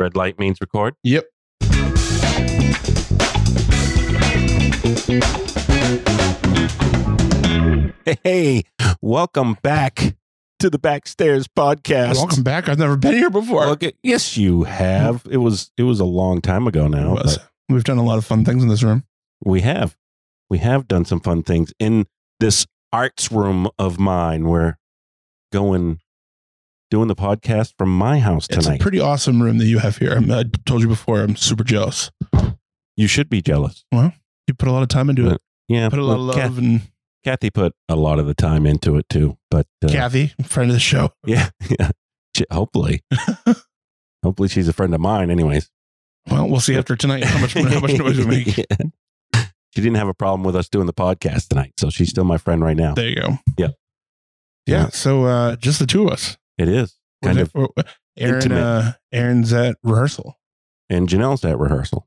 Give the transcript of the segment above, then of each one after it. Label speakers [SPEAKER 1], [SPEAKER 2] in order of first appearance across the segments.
[SPEAKER 1] Red light means record.
[SPEAKER 2] Yep.
[SPEAKER 1] Hey, welcome back to the Backstairs Podcast.
[SPEAKER 2] Welcome back. I've never been here before.
[SPEAKER 1] Okay, yes, you have. It was it was a long time ago now.
[SPEAKER 2] It was.
[SPEAKER 1] but
[SPEAKER 2] We've done a lot of fun things in this room.
[SPEAKER 1] We have we have done some fun things in this arts room of mine. We're going doing the podcast from my house
[SPEAKER 2] It's a
[SPEAKER 1] tonight.
[SPEAKER 2] pretty awesome room that you have here. I'm, I told you before, I'm super jealous.
[SPEAKER 1] you should be jealous.
[SPEAKER 2] You put a lot of time into it.
[SPEAKER 1] Yeah,
[SPEAKER 2] Put a uh, lot of
[SPEAKER 1] well,
[SPEAKER 2] love
[SPEAKER 1] Kath-
[SPEAKER 2] and
[SPEAKER 1] Kathy put a lot of the time into it too, but uh,
[SPEAKER 2] Kathy, friend of the show.
[SPEAKER 1] Yeah, yeah. She- Hopefully, hopefully she's a friend of mine. Anyways,
[SPEAKER 2] Well, we'll see after tonight how much how much noise we make.
[SPEAKER 1] Yeah. She didn't have a problem with us doing the podcast tonight, so she's still my friend right now.
[SPEAKER 2] There you go.
[SPEAKER 1] Yeah.
[SPEAKER 2] Yeah. So uh, just the two of us.
[SPEAKER 1] It is
[SPEAKER 2] We're
[SPEAKER 1] kind
[SPEAKER 2] there
[SPEAKER 1] of,
[SPEAKER 2] for- Aaron,
[SPEAKER 1] intimate.
[SPEAKER 2] uh, Aaron's at rehearsal.
[SPEAKER 1] and Janelle's at rehearsal.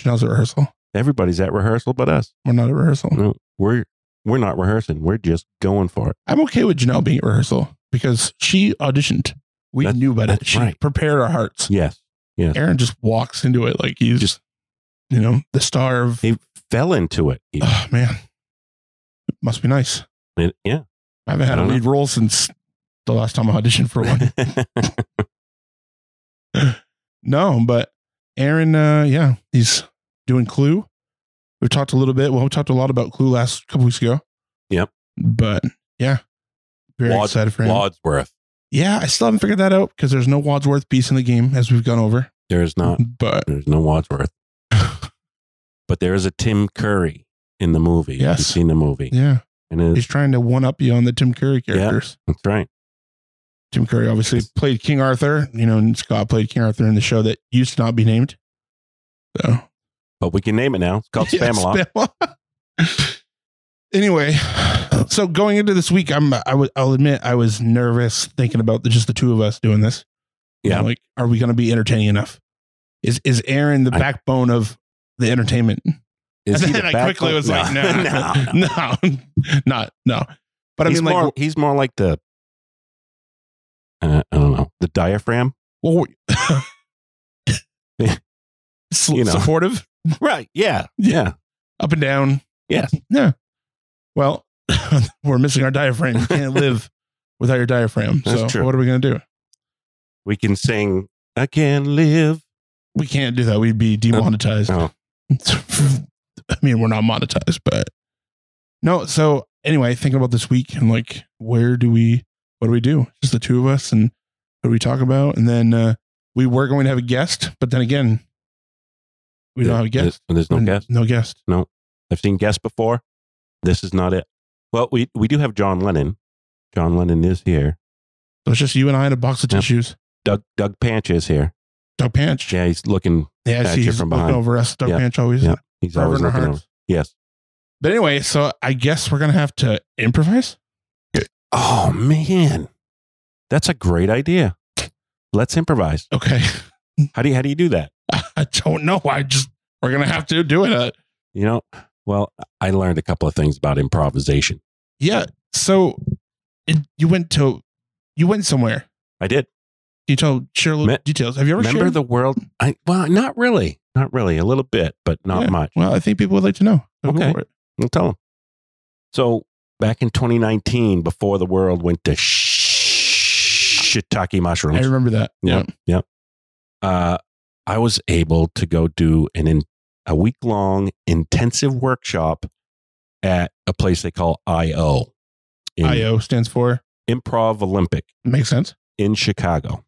[SPEAKER 2] Janelle's at rehearsal.
[SPEAKER 1] Everybody's at rehearsal, but us.
[SPEAKER 2] We're not at rehearsal.
[SPEAKER 1] No, we're we're not rehearsing. We're just going for it.
[SPEAKER 2] I'm okay with Janelle being at rehearsal because she auditioned. We
[SPEAKER 1] That's-
[SPEAKER 2] knew about it.
[SPEAKER 1] that's
[SPEAKER 2] She
[SPEAKER 1] right.
[SPEAKER 2] prepared our hearts.
[SPEAKER 1] Yes,
[SPEAKER 2] Aaron just walks into it like he's
[SPEAKER 1] Just-
[SPEAKER 2] just, you know, the star of.
[SPEAKER 1] he fell into it. He-
[SPEAKER 2] Oh man, it must be nice.
[SPEAKER 1] it- yeah,
[SPEAKER 2] I haven't had
[SPEAKER 1] I
[SPEAKER 2] a
[SPEAKER 1] don't
[SPEAKER 2] lead role since the last time I auditioned for one. no, but Aaron, uh, yeah, he's doing Clue. We talked a little bit. Well, we talked a lot about Clue last couple weeks ago.
[SPEAKER 1] Yep.
[SPEAKER 2] But yeah, very
[SPEAKER 1] Wad-
[SPEAKER 2] excited for him.
[SPEAKER 1] Wadsworth.
[SPEAKER 2] Yeah, I still haven't figured that out because there's no Wadsworth piece in the game as we've gone over.
[SPEAKER 1] There is not.
[SPEAKER 2] But
[SPEAKER 1] There's no Wadsworth. but there is a Tim Curry in the movie.
[SPEAKER 2] Yes.
[SPEAKER 1] You've seen the movie.
[SPEAKER 2] yeah,
[SPEAKER 1] And it,
[SPEAKER 2] he's trying to one up you on the Tim Curry characters.
[SPEAKER 1] that's right.
[SPEAKER 2] Tim Curry obviously played King Arthur, you know, and Scott played King Arthur in the show that used to not be named. So
[SPEAKER 1] But we can name it now. It's called
[SPEAKER 2] Yeah,
[SPEAKER 1] Spamalot.
[SPEAKER 2] Spamalot. anyway, so going into this week, I'm I would I'll admit I was nervous thinking about the, just the two of us doing this.
[SPEAKER 1] Yeah.
[SPEAKER 2] I'm like, are we going to be entertaining enough? Is is Aaron the
[SPEAKER 1] I-
[SPEAKER 2] backbone of the entertainment?
[SPEAKER 1] Is
[SPEAKER 2] and
[SPEAKER 1] he
[SPEAKER 2] then
[SPEAKER 1] the
[SPEAKER 2] I
[SPEAKER 1] back-
[SPEAKER 2] quickly was like, no,
[SPEAKER 1] no.
[SPEAKER 2] no, not no. But I
[SPEAKER 1] he's
[SPEAKER 2] mean, like,
[SPEAKER 1] more, he's more like the, uh, I don't know, the diaphragm.
[SPEAKER 2] well, s-
[SPEAKER 1] You know.
[SPEAKER 2] supportive,
[SPEAKER 1] Right. Yeah.
[SPEAKER 2] Yeah.
[SPEAKER 1] Yeah.
[SPEAKER 2] up and down.
[SPEAKER 1] Yes.
[SPEAKER 2] Yeah. Well, we're missing our diaphragm. You can't live without your diaphragm.
[SPEAKER 1] That's
[SPEAKER 2] so
[SPEAKER 1] true.
[SPEAKER 2] what are we going to do?
[SPEAKER 1] We can sing, I can live.
[SPEAKER 2] We can't do that. We'd be demonetized.
[SPEAKER 1] Oh.
[SPEAKER 2] I mean, we're not monetized, but no. So anyway, thinking about this week and like, where do we, what do we do? Just the two of us and what do we talk about? And then uh, we were going to have a guest, but then again, we don't have a guest. Mm-hmm.
[SPEAKER 1] There's, there's no guest.
[SPEAKER 2] No guest.
[SPEAKER 1] I've seen guests before. This is not it. Well, we, we do have John Lennon. John Lennon is here.
[SPEAKER 2] So it's just you and I in a box of
[SPEAKER 1] Yep.
[SPEAKER 2] tissues.
[SPEAKER 1] Doug, Doug Panch is here.
[SPEAKER 2] Doug Panch.
[SPEAKER 1] Yeah. He's looking,
[SPEAKER 2] Yeah, I
[SPEAKER 1] At
[SPEAKER 2] see
[SPEAKER 1] you
[SPEAKER 2] he's
[SPEAKER 1] from
[SPEAKER 2] looking
[SPEAKER 1] behind.
[SPEAKER 2] over us. Doug
[SPEAKER 1] Yeah.
[SPEAKER 2] Panch always.
[SPEAKER 1] Yeah. he's
[SPEAKER 2] Fervor
[SPEAKER 1] always
[SPEAKER 2] in our
[SPEAKER 1] looking over.
[SPEAKER 2] hearts.
[SPEAKER 1] Yes.
[SPEAKER 2] But anyway, so I guess we're gonna have to improvise.
[SPEAKER 1] Oh, man. That's a great idea. Let's improvise.
[SPEAKER 2] Okay,
[SPEAKER 1] How do you, how do you do that?
[SPEAKER 2] I don't know. I just we're gonna have to do it. Uh,
[SPEAKER 1] You know, well, I learned a couple of things about improvisation.
[SPEAKER 2] yeah. So it, you went to you went somewhere. Can
[SPEAKER 1] I did.
[SPEAKER 2] You told share a little
[SPEAKER 1] Me-
[SPEAKER 2] details. Have you ever
[SPEAKER 1] Remember
[SPEAKER 2] shared?
[SPEAKER 1] the world? I well, not really, not really. A little bit, but not
[SPEAKER 2] Yeah.
[SPEAKER 1] much.
[SPEAKER 2] well, I think people would like to know. So go
[SPEAKER 1] Okay.
[SPEAKER 2] for it.
[SPEAKER 1] I'll tell them. So back in 2019, before the world went to sh- shiitake
[SPEAKER 2] I
[SPEAKER 1] mushrooms,
[SPEAKER 2] remember that.
[SPEAKER 1] Yeah. uh, I was able to go do an in, a week long intensive workshop at a place they call IO, in
[SPEAKER 2] IO stands for
[SPEAKER 1] Improv Olympic.
[SPEAKER 2] makes sense.
[SPEAKER 1] in Chicago.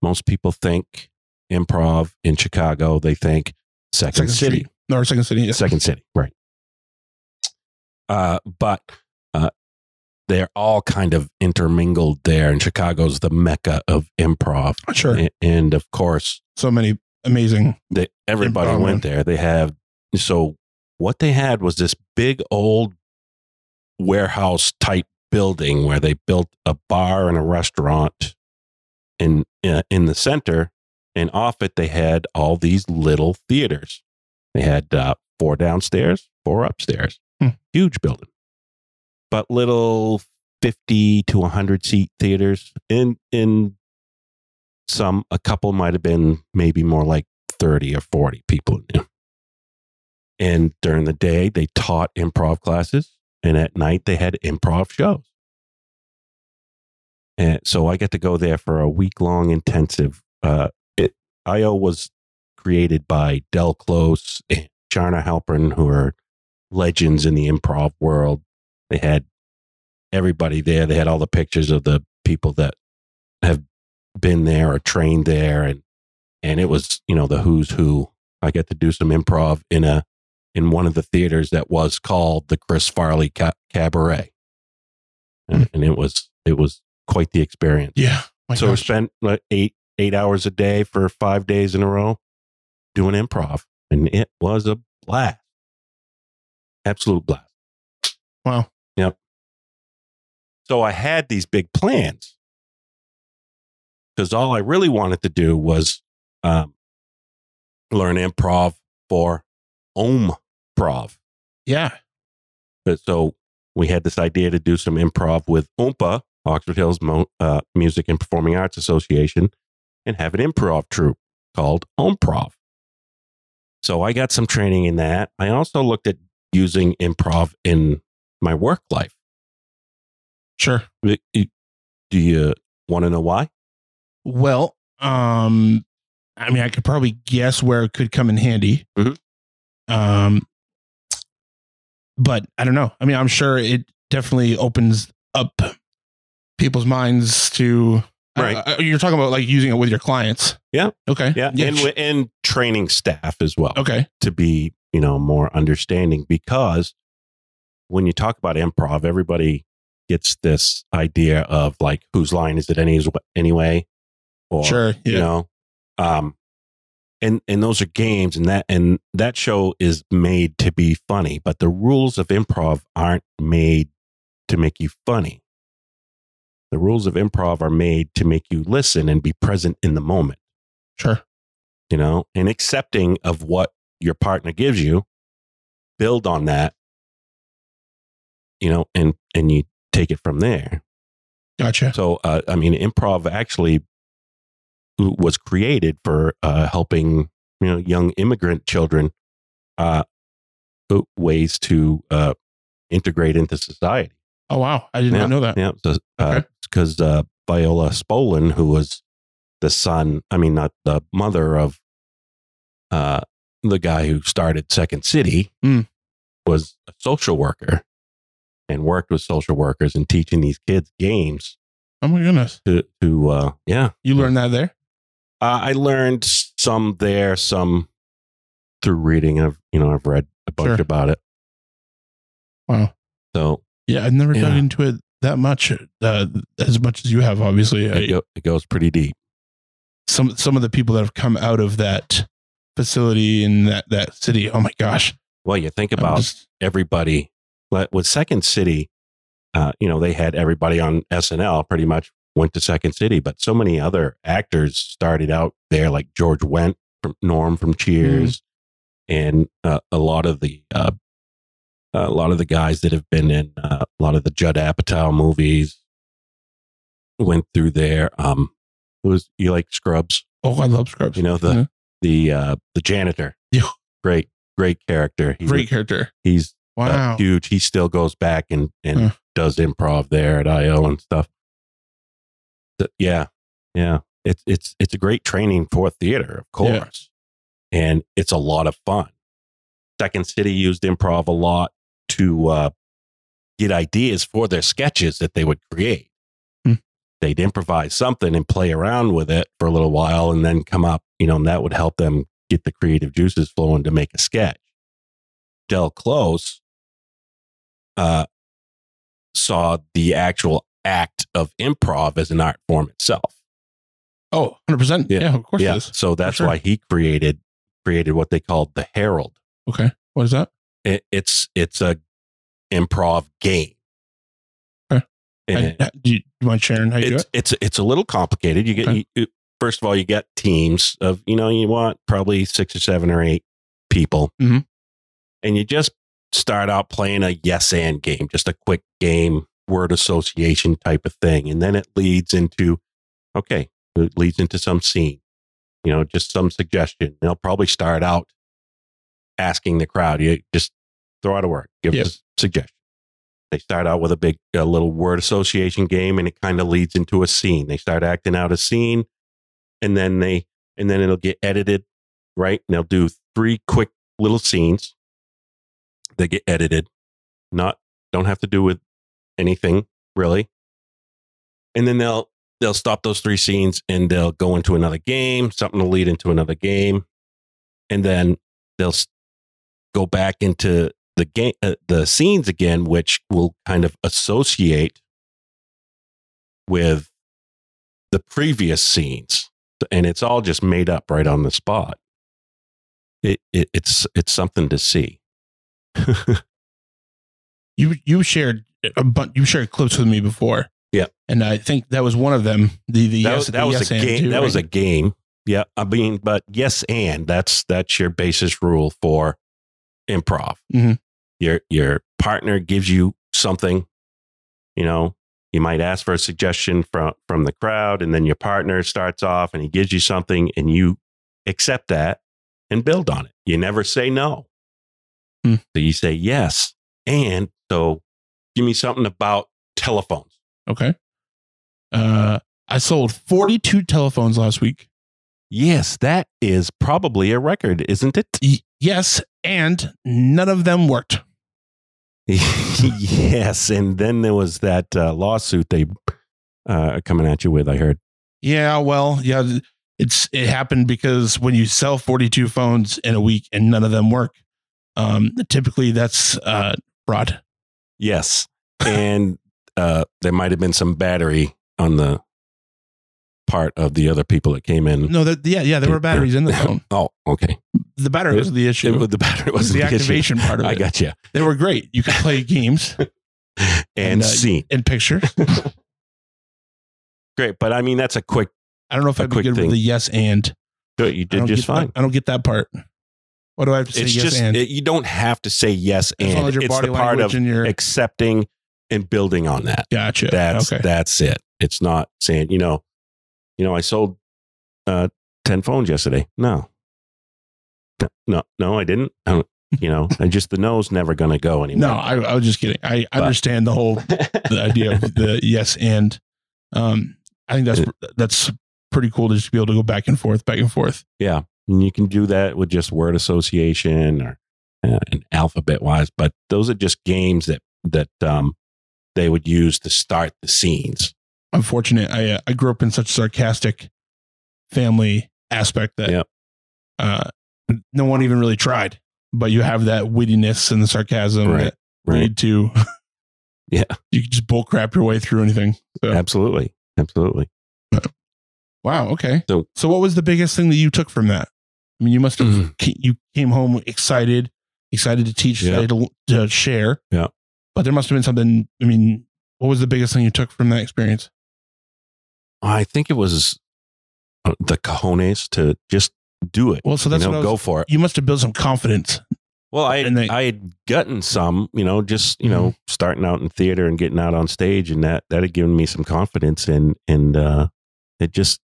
[SPEAKER 1] Most people think improv in Chicago, they think Second, City.
[SPEAKER 2] Street. No, or Second City. Yeah.
[SPEAKER 1] Second City, right. Uh, but uh, they're all kind of intermingled there, and Chicago's the mecca of improv.
[SPEAKER 2] Sure.
[SPEAKER 1] A- And of course,
[SPEAKER 2] So many amazing.
[SPEAKER 1] they, everybody
[SPEAKER 2] Improv,
[SPEAKER 1] went there. They have so what they had was this big old warehouse type building where they built a bar and a restaurant in uh, in the center, and off it they had all these little theaters. They had uh, four downstairs, four upstairs,
[SPEAKER 2] Hmm.
[SPEAKER 1] huge building, but little fifty to hundred seat theaters in in Some, a couple might have been maybe more like 30 or 40 people in there. And during the day, they taught improv classes. And at night, they had improv shows. And so I got to go there for a week long intensive. Uh, it, IO was created by Del Close and Charna Halpern, who are legends in the improv world. They had everybody there. They had all the pictures of the people that have been there or trained there, and and it was you know the who's who. I got to do some improv in a in one of the theaters that was called the Chris Farley Ca- Cabaret, and, and it was it was quite the experience.
[SPEAKER 2] Yeah. My
[SPEAKER 1] so we
[SPEAKER 2] gosh.
[SPEAKER 1] spent like eight eight hours a day for five days in a row doing improv, and it was a blast, absolute blast.
[SPEAKER 2] Wow.
[SPEAKER 1] So I had these big plans because all I really wanted to do was um, learn improv for Om Prov.
[SPEAKER 2] Yeah.
[SPEAKER 1] But so we had this idea to do some improv with OMPA, Oxford Hills Mo- uh, Music and Performing Arts Association, and have an improv troupe called Omprov. So I got some training in that. I also looked at using improv in my work life.
[SPEAKER 2] Sure.
[SPEAKER 1] Do you want to know why?
[SPEAKER 2] Well, um, I mean, I could probably guess where it could come in handy.
[SPEAKER 1] Mhm.
[SPEAKER 2] Um, but I don't know. I mean, I'm sure it definitely opens up people's minds to. I-
[SPEAKER 1] Right.
[SPEAKER 2] I- you're talking about like using it with your clients.
[SPEAKER 1] Yeah.
[SPEAKER 2] Okay.
[SPEAKER 1] Yeah, and
[SPEAKER 2] sh-
[SPEAKER 1] wi- and training staff as well
[SPEAKER 2] okay.
[SPEAKER 1] to be you know more understanding because when you talk about improv, everybody gets this idea of like whose line is it any anyway, or
[SPEAKER 2] Sure. Yeah.
[SPEAKER 1] you know, um, and and those are games and that and that show is made to be funny, but the rules of improv aren't made to make you funny. The rules of improv are made to make you listen and be present in the moment
[SPEAKER 2] Sure.
[SPEAKER 1] you know, and accepting of what your partner gives you, build on that, you know, and and you take it from there.
[SPEAKER 2] Gotcha.
[SPEAKER 1] So, uh, I mean, improv actually was created for uh, helping you know young immigrant children uh, ways to uh, integrate into society.
[SPEAKER 2] Oh wow, I did not know that.
[SPEAKER 1] Yeah, because uh, Viola Spolin, who was the son, I mean, not the mother of uh, the guy who started Second City,
[SPEAKER 2] Mm.
[SPEAKER 1] was a social worker and worked with social workers and teaching these kids games
[SPEAKER 2] Oh my goodness,
[SPEAKER 1] to, to uh, yeah.
[SPEAKER 2] you learned that there.
[SPEAKER 1] Uh, I learned some there, some through reading. I've, you know, I've read a bunch
[SPEAKER 2] Sure.
[SPEAKER 1] about it.
[SPEAKER 2] Wow.
[SPEAKER 1] So
[SPEAKER 2] Yeah, I've never dug
[SPEAKER 1] Yeah.
[SPEAKER 2] into it that much, uh, as much as you have. Obviously, I-
[SPEAKER 1] it, go, it goes pretty deep.
[SPEAKER 2] some some of the people that have come out of that facility in that that city. Oh my gosh,
[SPEAKER 1] Well, you think
[SPEAKER 2] I'm
[SPEAKER 1] about
[SPEAKER 2] just-
[SPEAKER 1] everybody. But with Second City, uh, you know, they had everybody on SNL pretty much went to Second City, but so many other actors started out there, like George Wendt from Norm from
[SPEAKER 2] Mm.
[SPEAKER 1] Cheers, and uh, a lot of the uh, a lot of the guys that have been in uh, a lot of the Judd Apatow movies went through there. Um, it was you like Scrubs,
[SPEAKER 2] oh, I love Scrubs.
[SPEAKER 1] you know the
[SPEAKER 2] Yeah.
[SPEAKER 1] the uh, the janitor,
[SPEAKER 2] Mm-hmm. Yeah.
[SPEAKER 1] great great character. He
[SPEAKER 2] great
[SPEAKER 1] was-
[SPEAKER 2] character.
[SPEAKER 1] he's
[SPEAKER 2] Wow,
[SPEAKER 1] uh, huge. He still goes back and and
[SPEAKER 2] Huh.
[SPEAKER 1] does improv there at IO and stuff. So, yeah, yeah. It's it's it's a great training for theater, of
[SPEAKER 2] Yeah.
[SPEAKER 1] course, and it's a lot of fun. Second City used improv a lot to uh, get ideas for their sketches that they would create.
[SPEAKER 2] Hmm.
[SPEAKER 1] They'd improvise something and play around with it for a little while, and then come up, you know, and that would help them get the creative juices flowing to make a sketch. Del Close uh, saw the actual act of improv as an art form itself.
[SPEAKER 2] oh, 100 percent.
[SPEAKER 1] Yeah.
[SPEAKER 2] Yeah, of course
[SPEAKER 1] yeah,
[SPEAKER 2] it is.
[SPEAKER 1] so that's
[SPEAKER 2] sure.
[SPEAKER 1] why he created created what they called the Herald.
[SPEAKER 2] Okay, what is that?
[SPEAKER 1] It, it's it's a improv game.
[SPEAKER 2] Okay.
[SPEAKER 1] And
[SPEAKER 2] I- do, you, do you mind sharing how you do
[SPEAKER 1] it's
[SPEAKER 2] it?
[SPEAKER 1] it's it's a little complicated. You get
[SPEAKER 2] Okay.
[SPEAKER 1] you, first of all you get teams of you know you want probably six or seven or eight people,
[SPEAKER 2] Mhm.
[SPEAKER 1] and you just start out playing a yes and game, just a quick game, word association type of thing, and then it leads into okay, It leads into some scene, you know, just some suggestion. They'll probably start out asking the crowd, you just throw out a word, give
[SPEAKER 2] Yep.
[SPEAKER 1] us a suggestion. They start out with a big, a little word association game, and it kind of leads into a scene. They start acting out a scene, and then they, and then it'll get edited, right? And they'll do three quick little scenes. They get edited, not don't have to do with anything really. And then they'll they'll stop those three scenes and they'll go into another game, something to lead into another game, and then they'll s- go back into the game, uh, the scenes again, which will kind of associate with the previous scenes, and it's all just made up right on the spot. It, it it's it's something to see.
[SPEAKER 2] you you shared a bunch you shared clips with me before
[SPEAKER 1] Yeah.
[SPEAKER 2] and i think that was one of them the the
[SPEAKER 1] that
[SPEAKER 2] yes,
[SPEAKER 1] was,
[SPEAKER 2] the
[SPEAKER 1] that was
[SPEAKER 2] yes
[SPEAKER 1] a
[SPEAKER 2] and
[SPEAKER 1] game.
[SPEAKER 2] too,
[SPEAKER 1] that was a
[SPEAKER 2] right?
[SPEAKER 1] game. Yeah, I mean, but yes, and that's that's your basis rule for improv.
[SPEAKER 2] Mhm.
[SPEAKER 1] Your your partner gives you something. You know, you might ask for a suggestion from from the crowd, and then your partner starts off and he gives you something, and you accept that and build on it. You never say no.
[SPEAKER 2] Hmm.
[SPEAKER 1] So you say yes, and so give me something about telephones.
[SPEAKER 2] okay uh i sold 42 telephones last week
[SPEAKER 1] Yes, that is probably a record, isn't it?
[SPEAKER 2] Y- yes and none of them worked
[SPEAKER 1] yes, and then there was that uh, lawsuit they uh, are coming at you with. I heard.
[SPEAKER 2] yeah well yeah th- it's it happened because when you sell 42 phones in a week and none of them work um typically that's uh fraud
[SPEAKER 1] Yes, and uh, there might have been some battery on the part of the other people that came in.
[SPEAKER 2] no that yeah yeah there were batteries in the phone
[SPEAKER 1] Oh, okay.
[SPEAKER 2] the battery was the
[SPEAKER 1] It
[SPEAKER 2] issue
[SPEAKER 1] was- the battery
[SPEAKER 2] it was
[SPEAKER 1] was
[SPEAKER 2] the activation part of it
[SPEAKER 1] I got you.
[SPEAKER 2] they were great you could play games
[SPEAKER 1] And,
[SPEAKER 2] And, uh,
[SPEAKER 1] scene.
[SPEAKER 2] and pictures
[SPEAKER 1] Great, but I mean that's a quick.
[SPEAKER 2] I don't know if
[SPEAKER 1] A
[SPEAKER 2] I'd be
[SPEAKER 1] quick
[SPEAKER 2] good
[SPEAKER 1] thing.
[SPEAKER 2] with the yes and.
[SPEAKER 1] You
[SPEAKER 2] I
[SPEAKER 1] did
[SPEAKER 2] don't
[SPEAKER 1] just
[SPEAKER 2] get,
[SPEAKER 1] fine.
[SPEAKER 2] I, don't get that part. What do I have to say?
[SPEAKER 1] It's
[SPEAKER 2] yes
[SPEAKER 1] just
[SPEAKER 2] and.
[SPEAKER 1] it, you don't have to say yes
[SPEAKER 2] as long
[SPEAKER 1] and
[SPEAKER 2] as your
[SPEAKER 1] it's
[SPEAKER 2] body
[SPEAKER 1] the part
[SPEAKER 2] language
[SPEAKER 1] of
[SPEAKER 2] and your
[SPEAKER 1] accepting and building on that.
[SPEAKER 2] gotcha.
[SPEAKER 1] That's
[SPEAKER 2] okay.
[SPEAKER 1] that's it. It's not saying you know, you know, I sold uh, ten phones yesterday. No, no, no, no, I didn't. I don't, you know, I just the no's never going to go anywhere.
[SPEAKER 2] no, I, I was just kidding. I
[SPEAKER 1] But-
[SPEAKER 2] understand the whole the idea of the yes and. Um, I think that's that's pretty cool to just be able to go back and forth, back and forth.
[SPEAKER 1] And you can do that with just word association or uh, and alphabet wise, but those are just games that that um, they would use to start the scenes.
[SPEAKER 2] I'm fortunate. I uh, I grew up in such a sarcastic family aspect that
[SPEAKER 1] Yep.
[SPEAKER 2] uh, no one even really tried. But you have that wittiness and the sarcasm
[SPEAKER 1] Right.
[SPEAKER 2] that
[SPEAKER 1] Right?
[SPEAKER 2] need to.
[SPEAKER 1] Yeah.
[SPEAKER 2] You can just bull crap your way through anything. So.
[SPEAKER 1] Absolutely, absolutely.
[SPEAKER 2] Wow. Okay.
[SPEAKER 1] So-
[SPEAKER 2] So, so what was the biggest thing that you took from that? I mean, you must have, ca- you came home excited, excited to teach,
[SPEAKER 1] Yeah.
[SPEAKER 2] excited to, to share.
[SPEAKER 1] Yeah.
[SPEAKER 2] But there must have been something. I mean, what was the biggest thing you took from that experience?
[SPEAKER 1] I think it was uh, the cojones to just do it.
[SPEAKER 2] Well, so that's
[SPEAKER 1] you know,
[SPEAKER 2] what I was,
[SPEAKER 1] go for it.
[SPEAKER 2] you must have built some confidence.
[SPEAKER 1] Well, I
[SPEAKER 2] And they- Mm-hmm.
[SPEAKER 1] I had gotten some, you know, just you know, starting out in theater and getting out on stage, and that that had given me some confidence, and and uh, it just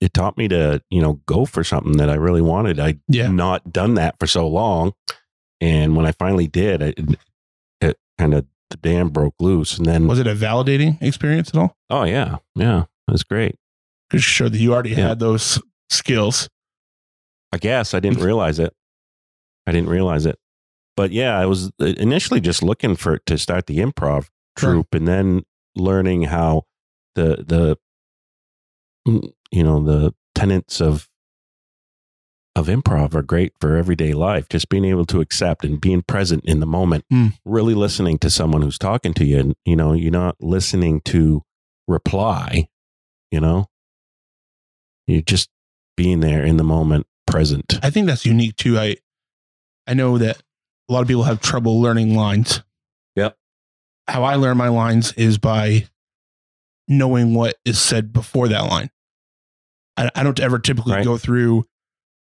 [SPEAKER 1] it taught me to you know go for something that I really wanted. I'd
[SPEAKER 2] Yeah.
[SPEAKER 1] not done that for so long, and when I finally did, it, it kind of the dam broke loose, and then
[SPEAKER 2] Was it a validating experience at all?
[SPEAKER 1] oh yeah, yeah, that's great.
[SPEAKER 2] Because you showed that you already
[SPEAKER 1] Yeah.
[SPEAKER 2] had those skills.
[SPEAKER 1] I guess I didn't realize it. I didn't realize it. But yeah, I was uh, initially just looking for to start the improv
[SPEAKER 2] Sure.
[SPEAKER 1] troupe and then learning how the the mm, you know the tenets of of improv are great for everyday life just being able to accept and being present in the moment
[SPEAKER 2] Mm.
[SPEAKER 1] really listening to someone who's talking to you and you know you're not listening to reply you know you're just being there in the moment present
[SPEAKER 2] I think that's unique too. I I know that a lot of people have trouble learning lines.
[SPEAKER 1] Yep.
[SPEAKER 2] How I learn my lines is by knowing what is said before that line. I, I don't ever typically
[SPEAKER 1] Right.
[SPEAKER 2] go through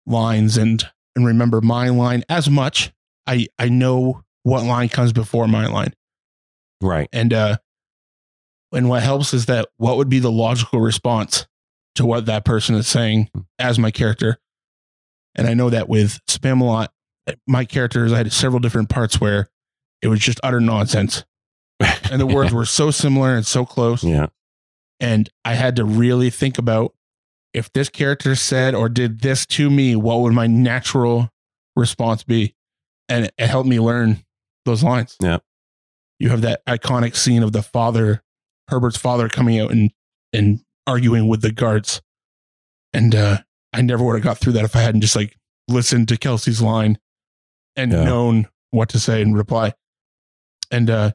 [SPEAKER 2] lines and and remember my line as much. I I know what line comes before my line.
[SPEAKER 1] right
[SPEAKER 2] And uh and what helps is that what would be the logical response to what that person is saying as my character. And I know that with spam a lot, my characters, I had several different parts where it was just utter nonsense. And the words were so similar and so close.
[SPEAKER 1] yeah.
[SPEAKER 2] And I had to really think about if this character said or did this to me, what would my natural response be? And it helped me learn those lines.
[SPEAKER 1] Yeah.
[SPEAKER 2] You have that iconic scene of the father, Herbert's father coming out and, and arguing with the guards. And uh, I never would have got through that if I hadn't just like listened to Kelsey's line and
[SPEAKER 1] Yeah.
[SPEAKER 2] known what to say and reply. And uh,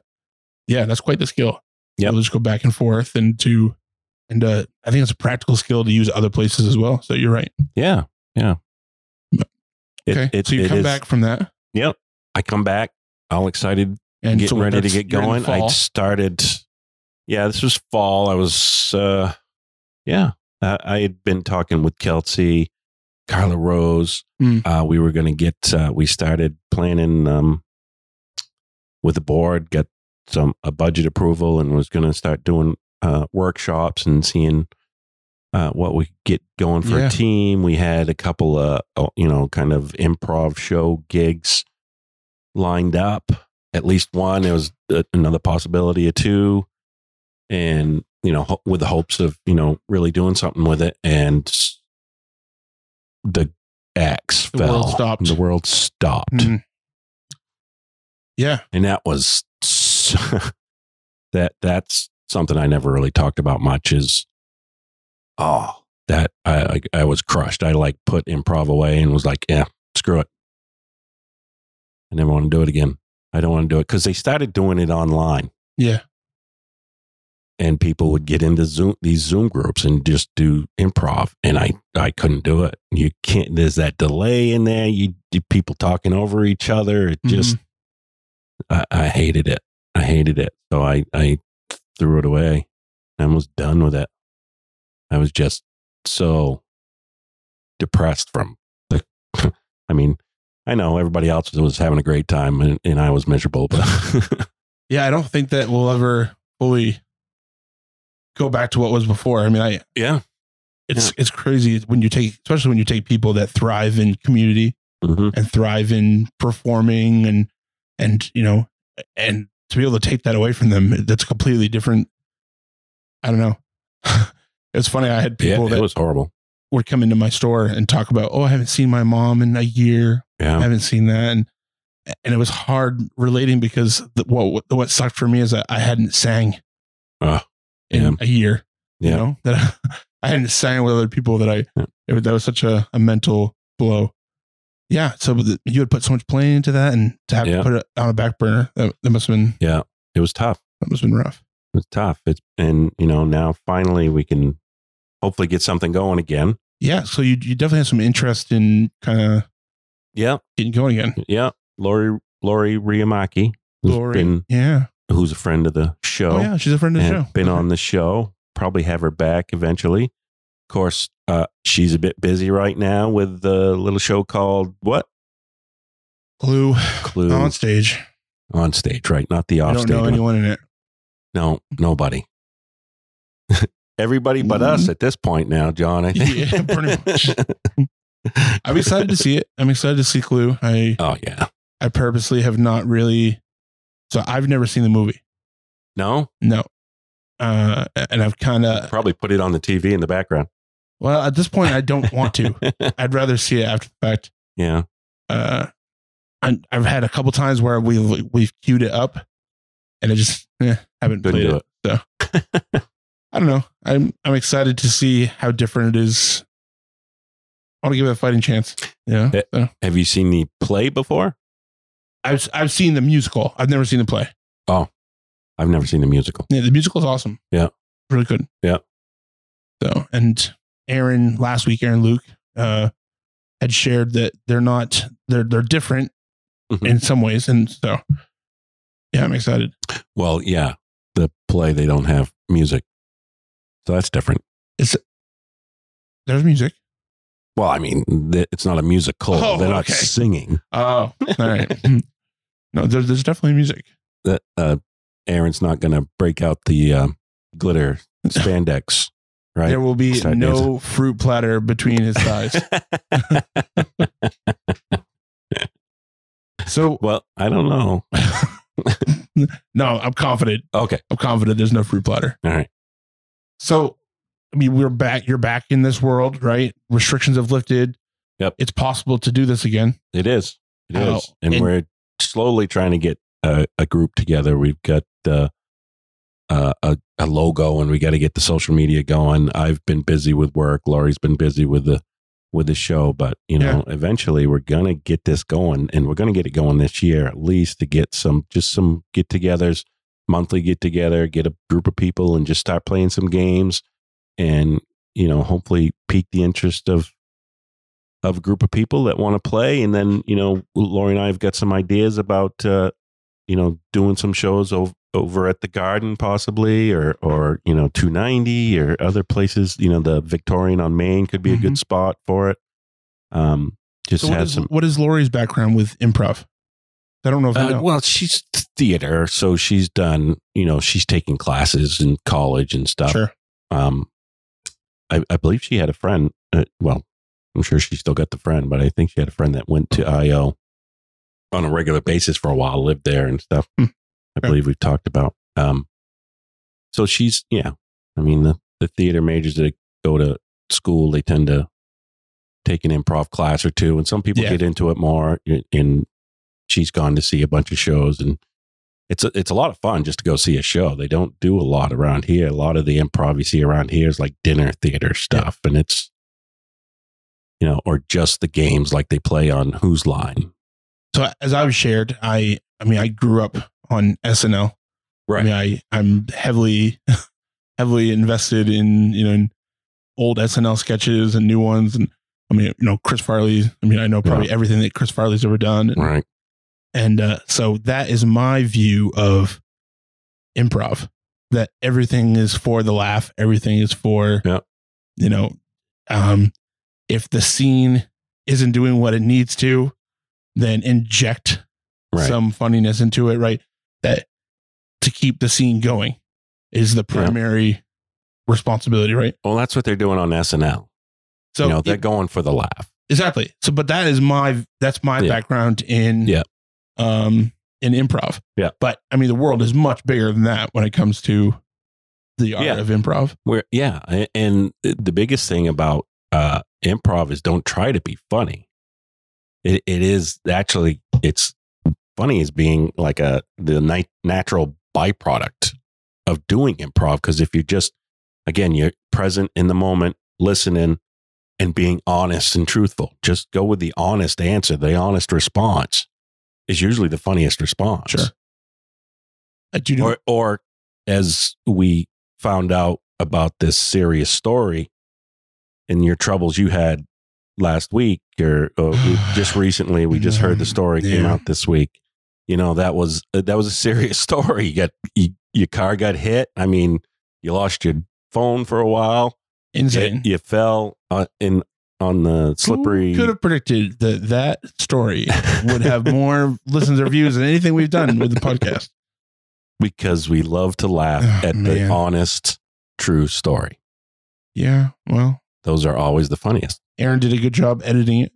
[SPEAKER 2] yeah, that's quite the skill.
[SPEAKER 1] Yep.
[SPEAKER 2] You'll just go back and forth and to and uh, I think it's a practical skill to use other places as well. So you're right.
[SPEAKER 1] Yeah. Yeah. It-
[SPEAKER 2] okay,
[SPEAKER 1] it-
[SPEAKER 2] so you
[SPEAKER 1] it
[SPEAKER 2] come
[SPEAKER 1] is-
[SPEAKER 2] back from that,
[SPEAKER 1] Yep. I come back all excited,
[SPEAKER 2] and
[SPEAKER 1] getting
[SPEAKER 2] so
[SPEAKER 1] ready to
[SPEAKER 2] that's-
[SPEAKER 1] get
[SPEAKER 2] you're in the
[SPEAKER 1] going. I
[SPEAKER 2] fall.
[SPEAKER 1] started. Yeah, this was fall. I was. uh Yeah, I, I had been talking with Kelsey, Carla Rose.
[SPEAKER 2] Mm.
[SPEAKER 1] Uh, we were going to get. Uh, we started planning um, with the board, got some a budget approval, and was going to start doing uh, workshops and seeing. Uh, what we could get going for
[SPEAKER 2] Yeah.
[SPEAKER 1] a team. We had a couple of, uh, you know, kind of improv show gigs lined up at least one. It was uh, another possibility of two, and you know, ho- with the hopes of you know really doing something with it. And s- the axe
[SPEAKER 2] The
[SPEAKER 1] fell.
[SPEAKER 2] world stopped.
[SPEAKER 1] The world stopped,
[SPEAKER 2] Mhm. Yeah,
[SPEAKER 1] and that was s- that. That's something I never really talked about much. Is oh that I I, I was crushed. I like put improv away and was like, yeah, screw it. I never want to do it again. I don't want to do it because they started doing it online.
[SPEAKER 2] yeah,
[SPEAKER 1] and people would get into Zoom these Zoom groups and just do improv, and I I couldn't do it. You can't. There's that delay in there. You you- people talking over each other.
[SPEAKER 2] Mm-hmm.
[SPEAKER 1] It just I, I hated it. I hated it. So I I threw it away. I was done with it. I was just so depressed from the. I mean, I know everybody else was having a great time, and, and I was miserable, but.
[SPEAKER 2] yeah. I don't think that we'll ever fully go back to what was before. I mean, I
[SPEAKER 1] Yeah.
[SPEAKER 2] it's it's crazy when you take, especially when you take people that thrive in community
[SPEAKER 1] Mhm.
[SPEAKER 2] and thrive in performing and and you know and to be able to take that away from them that's completely different i don't know it's funny i had people
[SPEAKER 1] Yeah, it
[SPEAKER 2] that
[SPEAKER 1] was horrible.
[SPEAKER 2] would come into my store and talk about oh i haven't seen my mom in a year i
[SPEAKER 1] Yeah.
[SPEAKER 2] haven't seen that and and it was hard relating because the, what what sucked for me is that i hadn't sang
[SPEAKER 1] Ah,
[SPEAKER 2] in
[SPEAKER 1] yeah.
[SPEAKER 2] a year
[SPEAKER 1] Yeah.
[SPEAKER 2] you know that i hadn't sang with other people that i
[SPEAKER 1] Yeah.
[SPEAKER 2] it was, that was such a, a mental blow yeah so the, you had put so much planning into that and to have
[SPEAKER 1] Yeah.
[SPEAKER 2] to put it on a back burner that, that must have been
[SPEAKER 1] It was tough.
[SPEAKER 2] that must have been rough
[SPEAKER 1] it's tough. It's and you know now finally we can hopefully get something going again.
[SPEAKER 2] yeah so you, you definitely have some interest in kind of
[SPEAKER 1] Yeah,
[SPEAKER 2] getting going again
[SPEAKER 1] yeah. Lori Lori Riamaki, who's
[SPEAKER 2] Lori,
[SPEAKER 1] been
[SPEAKER 2] yeah
[SPEAKER 1] who's a friend of the show,
[SPEAKER 2] oh yeah she's a friend of the
[SPEAKER 1] and
[SPEAKER 2] show
[SPEAKER 1] been
[SPEAKER 2] Okay.
[SPEAKER 1] on the show. Probably have her back eventually. Of course, uh, she's a bit busy right now with the little show called what
[SPEAKER 2] clue
[SPEAKER 1] Clue
[SPEAKER 2] on stage
[SPEAKER 1] on stage, right? Not the
[SPEAKER 2] Oh, i
[SPEAKER 1] off
[SPEAKER 2] don't
[SPEAKER 1] stage.
[SPEAKER 2] know
[SPEAKER 1] one.
[SPEAKER 2] anyone in it
[SPEAKER 1] No, nobody. Mm-hmm. Everybody but us at this point now, John. I think.
[SPEAKER 2] Yeah, pretty much. i'm excited to see it i'm excited to see clue i
[SPEAKER 1] Oh yeah.
[SPEAKER 2] i purposely have not really so i've never seen the movie
[SPEAKER 1] No,
[SPEAKER 2] no uh and i've kind of
[SPEAKER 1] probably put it on the TV in the background.
[SPEAKER 2] Well, at this point, I don't want to. I'd rather see it after the fact.
[SPEAKER 1] yeah.
[SPEAKER 2] Uh, I, I've had a couple times where we have we've queued it up, and I just eh, haven't
[SPEAKER 1] Couldn't
[SPEAKER 2] played
[SPEAKER 1] do
[SPEAKER 2] it. So I don't know. I'm I'm excited to see how different it is. I want to give it a fighting chance. Yeah,
[SPEAKER 1] Eh.
[SPEAKER 2] So,
[SPEAKER 1] Have you seen the play before?
[SPEAKER 2] I've I've seen the musical. I've never seen the play.
[SPEAKER 1] I've never seen the musical.
[SPEAKER 2] Yeah, the musical is awesome.
[SPEAKER 1] Yeah.
[SPEAKER 2] really good.
[SPEAKER 1] Yeah.
[SPEAKER 2] So and Aaron last week, Aaron Luke uh, had shared that they're not they're they're different
[SPEAKER 1] Mhm.
[SPEAKER 2] in some ways, and so yeah, I'm excited.
[SPEAKER 1] Well, yeah, the play they don't have music, so that's different.
[SPEAKER 2] There's music.
[SPEAKER 1] Well, I mean, th- it's not a musical.
[SPEAKER 2] Oh,
[SPEAKER 1] They're not
[SPEAKER 2] okay.
[SPEAKER 1] singing.
[SPEAKER 2] Oh, all right. no, there's there's definitely music.
[SPEAKER 1] That uh, Aaron's not going to break out the um glitter uh, spandex right?
[SPEAKER 2] There will be
[SPEAKER 1] Start
[SPEAKER 2] no fruit platter between his thighs. so
[SPEAKER 1] well, I don't know.
[SPEAKER 2] no, I'm confident.
[SPEAKER 1] Okay.
[SPEAKER 2] I'm confident there's no fruit platter.
[SPEAKER 1] All right.
[SPEAKER 2] So I mean, we're back. You're back in this world, right? Restrictions have lifted.
[SPEAKER 1] Yep.
[SPEAKER 2] It's possible to do this again.
[SPEAKER 1] It is. It is.
[SPEAKER 2] How-
[SPEAKER 1] And,
[SPEAKER 2] and-
[SPEAKER 1] we're slowly trying to get a, a group together. We've got uh, uh, a, a logo and we got to get the social media going. I've been busy with work. Laurie's been busy with the with the show, but you know, eventually we're going to get this going and we're going to get it going this year at least to get some just some get-togethers, monthly get-together, get a group of people and just start playing some games and you know, hopefully pique the interest of of a group of people that want to play. And then, you know, Lori and I have got some ideas about, uh, you know, doing some shows over, over at the garden possibly, or, or, you know, 290 or other places, you know, the Victorian on Main could be a good spot for it. Um, just
[SPEAKER 2] Mm-hmm. So what
[SPEAKER 1] have
[SPEAKER 2] is,
[SPEAKER 1] some,
[SPEAKER 2] what is Lori's background with improv? I don't know if I
[SPEAKER 1] uh,
[SPEAKER 2] know.
[SPEAKER 1] well, she's th- theater. So she's done, you know, she's taking classes in college and stuff.
[SPEAKER 2] sure.
[SPEAKER 1] Um, I, I believe she had a friend. Uh, well, I'm sure she still got the friend, but I think she had a friend that went to IO on a regular basis for a while, lived there and stuff.
[SPEAKER 2] Hmm.
[SPEAKER 1] I
[SPEAKER 2] Okay.
[SPEAKER 1] believe we've talked about. Um, so she's yeah. I mean, the the theater majors that go to school, they tend to take an improv class or two, and some people
[SPEAKER 2] Yeah.
[SPEAKER 1] get into it more. And she's gone to see a bunch of shows, and it's a, it's a lot of fun just to go see a show. They don't do a lot around here. A lot of the improv you see around here is like dinner theater stuff, and it's you know, or just the games like they play on Who's Line,
[SPEAKER 2] So as I've shared, I I mean I grew up on SNL. I mean I I'm heavily heavily invested in you know in old SNL sketches and new ones and I mean you know Chris Farley. I mean I know probably everything that Chris Farley's ever done. And,
[SPEAKER 1] right,
[SPEAKER 2] and uh, so that is my view of improv. That everything is for the laugh. Everything is for
[SPEAKER 1] Yeah.
[SPEAKER 2] you know um, if the scene isn't doing what it needs to, then inject
[SPEAKER 1] right,
[SPEAKER 2] some funniness into it, right? That to keep the scene going is the
[SPEAKER 1] Yeah.
[SPEAKER 2] primary responsibility, right?
[SPEAKER 1] Well, that's what they're doing on SNL.
[SPEAKER 2] So
[SPEAKER 1] you know, they're
[SPEAKER 2] it-
[SPEAKER 1] going for the laugh.
[SPEAKER 2] exactly. So, but that is my that's my
[SPEAKER 1] Yeah.
[SPEAKER 2] background in
[SPEAKER 1] Yeah.
[SPEAKER 2] um, in improv.
[SPEAKER 1] Yeah.
[SPEAKER 2] but I mean, the world is much bigger than that when it comes to the art
[SPEAKER 1] Yeah.
[SPEAKER 2] of improv.
[SPEAKER 1] Where yeah, a- and the biggest thing about uh, improv is don't try to be funny. It, it is actually it's funny as being like a the ni- natural byproduct of doing improv because if you just again you're present in the moment, listening, and being honest and truthful, just go with the honest answer, the honest response is usually the funniest response.
[SPEAKER 2] Sure. I Uh, do know.
[SPEAKER 1] or, or as we found out about this serious story and your troubles you had last week or uh, we- just recently we just heard the story came
[SPEAKER 2] Yeah.
[SPEAKER 1] out this week you know that was uh, that was a serious story you got you, your car got hit i mean you lost your phone for a while you,
[SPEAKER 2] insane.
[SPEAKER 1] you fell uh, in on the slippery
[SPEAKER 2] Could have predicted that that story would have more listens or views than anything we've done with the podcast.
[SPEAKER 1] because we love to laugh
[SPEAKER 2] Oh,
[SPEAKER 1] at the
[SPEAKER 2] man.
[SPEAKER 1] honest true story
[SPEAKER 2] Yeah, well,
[SPEAKER 1] those are always the funniest
[SPEAKER 2] Aaron did a good job editing it.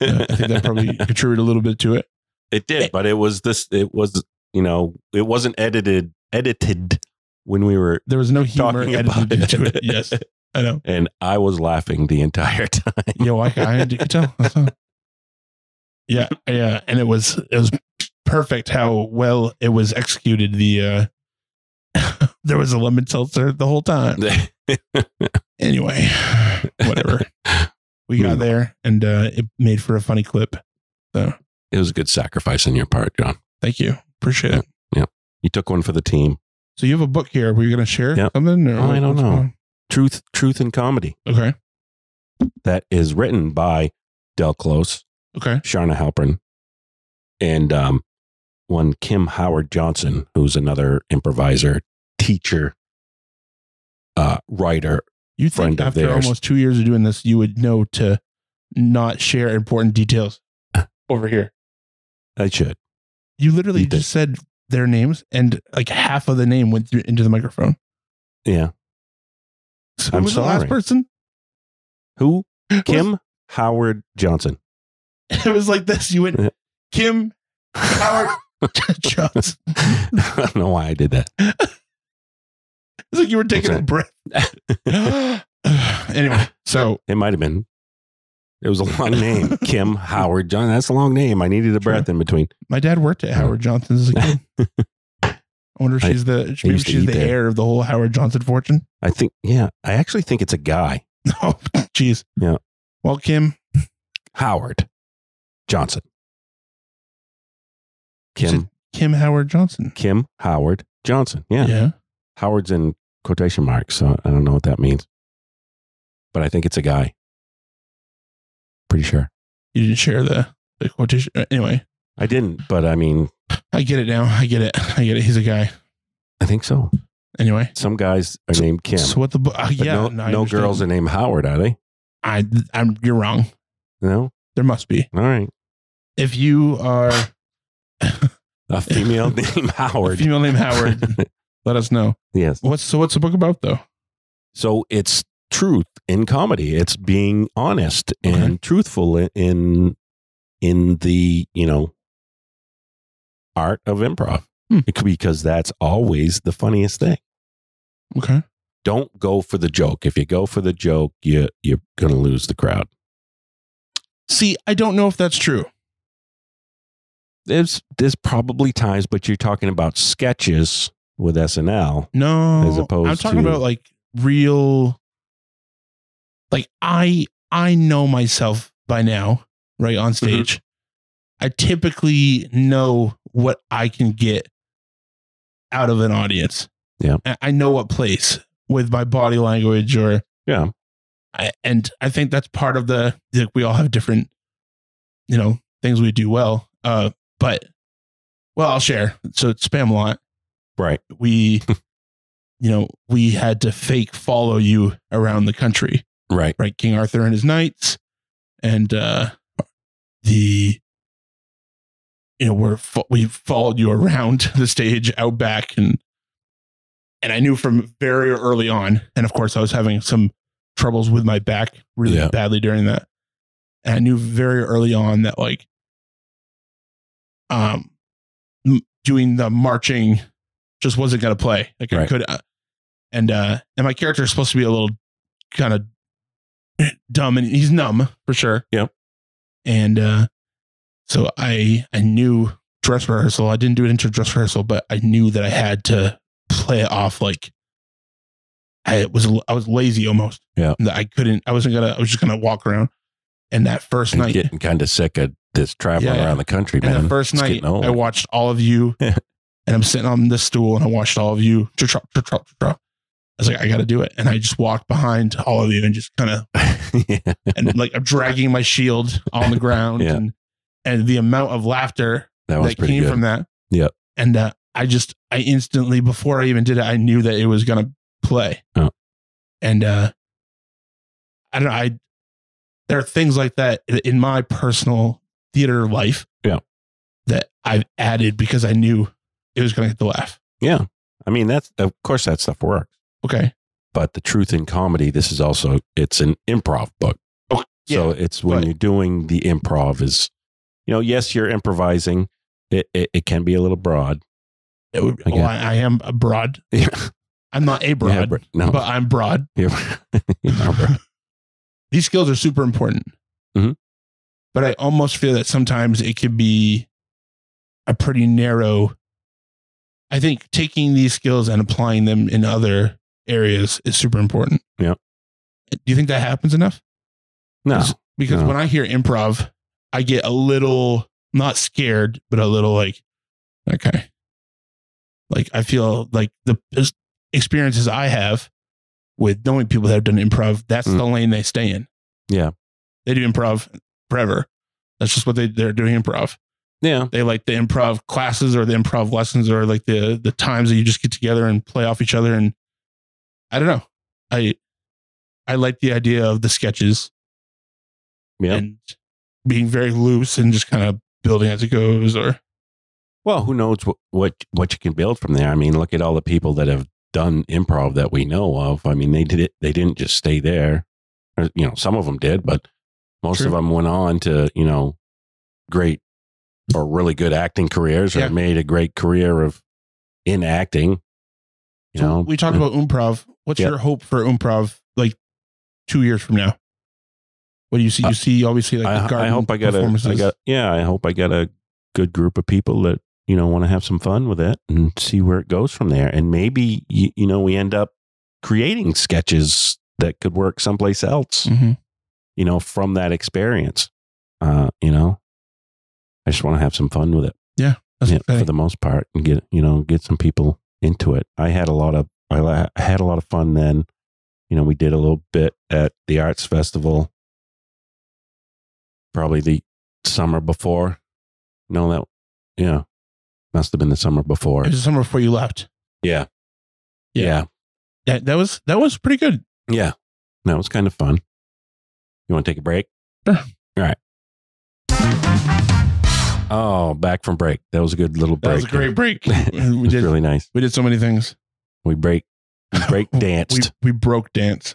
[SPEAKER 2] Uh, I think that probably contributed a little bit to it.
[SPEAKER 1] It did, but it was this. It was you know, it wasn't edited edited when we were
[SPEAKER 2] There was no humor
[SPEAKER 1] talking about
[SPEAKER 2] edited
[SPEAKER 1] it.
[SPEAKER 2] into it. Yes, I know.
[SPEAKER 1] and I was laughing the entire time.
[SPEAKER 2] Yo, I, I you could tell. That's all. Yeah, yeah, and it was it was perfect how well it was executed. The uh there was a lemon seltzer the whole time. Anyway, whatever. We got there, and uh it made for a funny clip.
[SPEAKER 1] it was a good sacrifice on your part, John.
[SPEAKER 2] Thank you, appreciate it.
[SPEAKER 1] You took one for the team.
[SPEAKER 2] So you have a book here. Were you going to share
[SPEAKER 1] Yep.
[SPEAKER 2] something? Or
[SPEAKER 1] I don't
[SPEAKER 2] what's
[SPEAKER 1] know.
[SPEAKER 2] going
[SPEAKER 1] Truth, truth, and comedy
[SPEAKER 2] on? Okay.
[SPEAKER 1] that is written by Del Close,
[SPEAKER 2] Okay.
[SPEAKER 1] Sharna Halpern, and um, one Kim Howard Johnson, who's another improviser, teacher, uh, writer.
[SPEAKER 2] You think
[SPEAKER 1] friend of
[SPEAKER 2] after
[SPEAKER 1] theirs.
[SPEAKER 2] almost two years of doing this, you would know to not share important details over here.
[SPEAKER 1] I should.
[SPEAKER 2] You literally
[SPEAKER 1] You did.
[SPEAKER 2] just said their names, and like half of the name went through into the microphone.
[SPEAKER 1] Yeah.
[SPEAKER 2] Who
[SPEAKER 1] I'm
[SPEAKER 2] was the last
[SPEAKER 1] sorry.
[SPEAKER 2] person?
[SPEAKER 1] Who?
[SPEAKER 2] Was-
[SPEAKER 1] Kim Howard Johnson.
[SPEAKER 2] It was like this. You
[SPEAKER 1] Yeah.
[SPEAKER 2] went Kim Howard Johnson.
[SPEAKER 1] I don't know why I did that.
[SPEAKER 2] It's like you were taking a breath. anyway, so
[SPEAKER 1] It might have been. It was a long name. Kim Howard Johnson. That's a long name. I needed a breath in between.
[SPEAKER 2] my dad worked at Howard Johnson's as a kid. I wonder if
[SPEAKER 1] I-
[SPEAKER 2] she's the maybe
[SPEAKER 1] used to
[SPEAKER 2] she's
[SPEAKER 1] eat
[SPEAKER 2] the
[SPEAKER 1] there.
[SPEAKER 2] heir of the whole Howard Johnson fortune.
[SPEAKER 1] I think, yeah, I actually think it's a guy.
[SPEAKER 2] Oh, jeez.
[SPEAKER 1] Yeah.
[SPEAKER 2] Well, Kim,
[SPEAKER 1] Howard Johnson. Kim,
[SPEAKER 2] Kim Howard Johnson.
[SPEAKER 1] Kim Howard Johnson. Yeah. Howard's in quotation marks. So I don't know what that means, but I think it's a guy. Pretty sure.
[SPEAKER 2] You didn't share the, the quotation. Uh, Anyway,
[SPEAKER 1] I didn't, but I mean,
[SPEAKER 2] I get it now. I get it. I get it. He's a guy.
[SPEAKER 1] I think so.
[SPEAKER 2] Anyway.
[SPEAKER 1] Some guys are named Kim.
[SPEAKER 2] So what the book? Uh,
[SPEAKER 1] but
[SPEAKER 2] yeah.
[SPEAKER 1] no,
[SPEAKER 2] no, I
[SPEAKER 1] no
[SPEAKER 2] understand.
[SPEAKER 1] girls are named Howard, are they?
[SPEAKER 2] I, I'm, you're wrong.
[SPEAKER 1] No.
[SPEAKER 2] There must be.
[SPEAKER 1] All right.
[SPEAKER 2] If you are
[SPEAKER 1] A female named
[SPEAKER 2] a
[SPEAKER 1] Howard.
[SPEAKER 2] female named Howard, let us know.
[SPEAKER 1] yes.
[SPEAKER 2] What's so? What's the book about though?
[SPEAKER 1] So it's truth in comedy. It's being honest and
[SPEAKER 2] Okay.
[SPEAKER 1] truthful i- in in the you know art of improv.
[SPEAKER 2] Hmm.
[SPEAKER 1] It could because that's always the funniest thing.
[SPEAKER 2] Okay.
[SPEAKER 1] Don't go for the joke. If you go for the joke, you you're gonna lose the crowd.
[SPEAKER 2] See, I don't know if that's true.
[SPEAKER 1] There's there's probably times, but you're talking about sketches with SNL.
[SPEAKER 2] No,
[SPEAKER 1] As opposed
[SPEAKER 2] I'm talking
[SPEAKER 1] to-
[SPEAKER 2] about like real. Like I, I know myself by now, right on
[SPEAKER 1] Mm-hmm.
[SPEAKER 2] stage. I typically know what I can get out of an audience.
[SPEAKER 1] Yeah.
[SPEAKER 2] I- I know what place with my body language or
[SPEAKER 1] Yeah.
[SPEAKER 2] I, and I think that's part of the like we all have different, you know, things we do well. Uh, but well, I'll share. So spam a lot
[SPEAKER 1] Right.
[SPEAKER 2] we you know we had to fake follow you around the country
[SPEAKER 1] Right.
[SPEAKER 2] right king arthur and his knights and uh the you know we're fo- we followed you around the stage out back and and i knew from very early on and of course i was having some troubles with my back really
[SPEAKER 1] Yeah.
[SPEAKER 2] badly during that and i knew very early on that like um m- doing the marching just wasn't going to play like i
[SPEAKER 1] Right.
[SPEAKER 2] could uh, and uh and my character is supposed to be a little kind of dumb and he's numb for sure
[SPEAKER 1] Yep.
[SPEAKER 2] and uh so i i knew dress rehearsal i didn't do it into dress rehearsal but i knew that i had to play it off like i was i was lazy almost
[SPEAKER 1] Yeah.
[SPEAKER 2] that i couldn't i wasn't gonna i was just gonna walk around and that first
[SPEAKER 1] I'm
[SPEAKER 2] night
[SPEAKER 1] getting kind of sick of this traveling
[SPEAKER 2] Yeah.
[SPEAKER 1] around the country,
[SPEAKER 2] and
[SPEAKER 1] man.
[SPEAKER 2] the first
[SPEAKER 1] It's
[SPEAKER 2] night,
[SPEAKER 1] getting old.
[SPEAKER 2] I watched all of you,
[SPEAKER 1] Yeah.
[SPEAKER 2] and I'm sitting on this stool, and I watched all of you. Cha-chop, cha-chop, cha-chop. I was like, I got to do it, and I just walked behind all of you, and just kind of
[SPEAKER 1] yeah.
[SPEAKER 2] and like I'm dragging my shield on the ground,
[SPEAKER 1] Yeah.
[SPEAKER 2] and and the amount of laughter
[SPEAKER 1] That was
[SPEAKER 2] that
[SPEAKER 1] pretty
[SPEAKER 2] came
[SPEAKER 1] good.
[SPEAKER 2] from that,
[SPEAKER 1] Yep.
[SPEAKER 2] and uh, I just I instantly before I even did it, I knew that it was gonna play,
[SPEAKER 1] Oh.
[SPEAKER 2] and uh, I don't know, I there are things like that i- in my personal theater life,
[SPEAKER 1] Yeah.
[SPEAKER 2] that I've added because I knew it was gonna get the laugh.
[SPEAKER 1] yeah. I mean, that's of course that stuff works.
[SPEAKER 2] Okay,
[SPEAKER 1] but the truth in comedy this is also it's an improv book
[SPEAKER 2] Oh,
[SPEAKER 1] so it's when
[SPEAKER 2] but-
[SPEAKER 1] you're doing the improv is you know yes you're improvising it, it, it can be a little broad
[SPEAKER 2] it would,
[SPEAKER 1] I
[SPEAKER 2] well, I, I am abroad.
[SPEAKER 1] Yeah.
[SPEAKER 2] I'm not a broad,
[SPEAKER 1] Yeah, bro- no
[SPEAKER 2] but I'm broad.
[SPEAKER 1] Yeah, yeah, bro.
[SPEAKER 2] These skills are super important.
[SPEAKER 1] Mhm.
[SPEAKER 2] But I almost feel that sometimes it could be a pretty narrow. I think taking these skills and applying them in other areas is super important.
[SPEAKER 1] Yeah.
[SPEAKER 2] Do you think that happens enough?
[SPEAKER 1] no
[SPEAKER 2] It's- Because
[SPEAKER 1] No.
[SPEAKER 2] when I hear improv, I get a little not scared, but a little like, okay. Like I feel like the experiences I have with knowing people that have done improv, that's
[SPEAKER 1] Mm.
[SPEAKER 2] the lane they stay in.
[SPEAKER 1] Yeah.
[SPEAKER 2] They do improv forever. That's just what they, they're doing improv.
[SPEAKER 1] yeah
[SPEAKER 2] They like the improv classes or the improv lessons or like the the times that you just get together and play off each other and I don't know. I I like the idea of the sketches
[SPEAKER 1] yeah
[SPEAKER 2] and being very loose and just kind of building as it goes or
[SPEAKER 1] well who knows what, what what you can build from there i mean look at all the people that have done improv that we know of. I mean, they did it. They didn't just stay there. Or, you know, some of them did, but most
[SPEAKER 2] True.
[SPEAKER 1] of them went on to you know great or really good acting careers, or
[SPEAKER 2] Yeah.
[SPEAKER 1] made a great career of in acting. You
[SPEAKER 2] So
[SPEAKER 1] know,
[SPEAKER 2] we talked about improv. What's
[SPEAKER 1] Yeah.
[SPEAKER 2] your hope for improv like two years from now? What do you see? You
[SPEAKER 1] Uh,
[SPEAKER 2] see, obviously, like the
[SPEAKER 1] I, I
[SPEAKER 2] garden
[SPEAKER 1] hope I got a,
[SPEAKER 2] performances.
[SPEAKER 1] I got, yeah, I hope I got a good group of people that, you know, want to have some fun with it and see where it goes from there. And maybe, you, you know, we end up creating sketches that could work someplace else,
[SPEAKER 2] Mhm.
[SPEAKER 1] you know, from that experience. Uh, you know, I just want to have some fun with it
[SPEAKER 2] That's
[SPEAKER 1] yeah, for
[SPEAKER 2] exciting.
[SPEAKER 1] the most part and get, you know, get some people into it. I had a lot of, I la- I had a lot of fun then. You know, we did a little bit at the arts festival, probably the summer before. No, that, yeah, must have been the summer before.
[SPEAKER 2] it was the summer before you left.
[SPEAKER 1] Yeah.
[SPEAKER 2] Yeah.
[SPEAKER 1] Yeah.
[SPEAKER 2] Yeah, that was that was pretty good.
[SPEAKER 1] Yeah. That was kind of fun. You want to take a break?
[SPEAKER 2] Sure.
[SPEAKER 1] All right. Oh, back from break. That was a good little
[SPEAKER 2] That
[SPEAKER 1] break.
[SPEAKER 2] was a great break.
[SPEAKER 1] it
[SPEAKER 2] we
[SPEAKER 1] was
[SPEAKER 2] did
[SPEAKER 1] really nice.
[SPEAKER 2] we did so many things.
[SPEAKER 1] We break, we break danced.
[SPEAKER 2] We we broke dance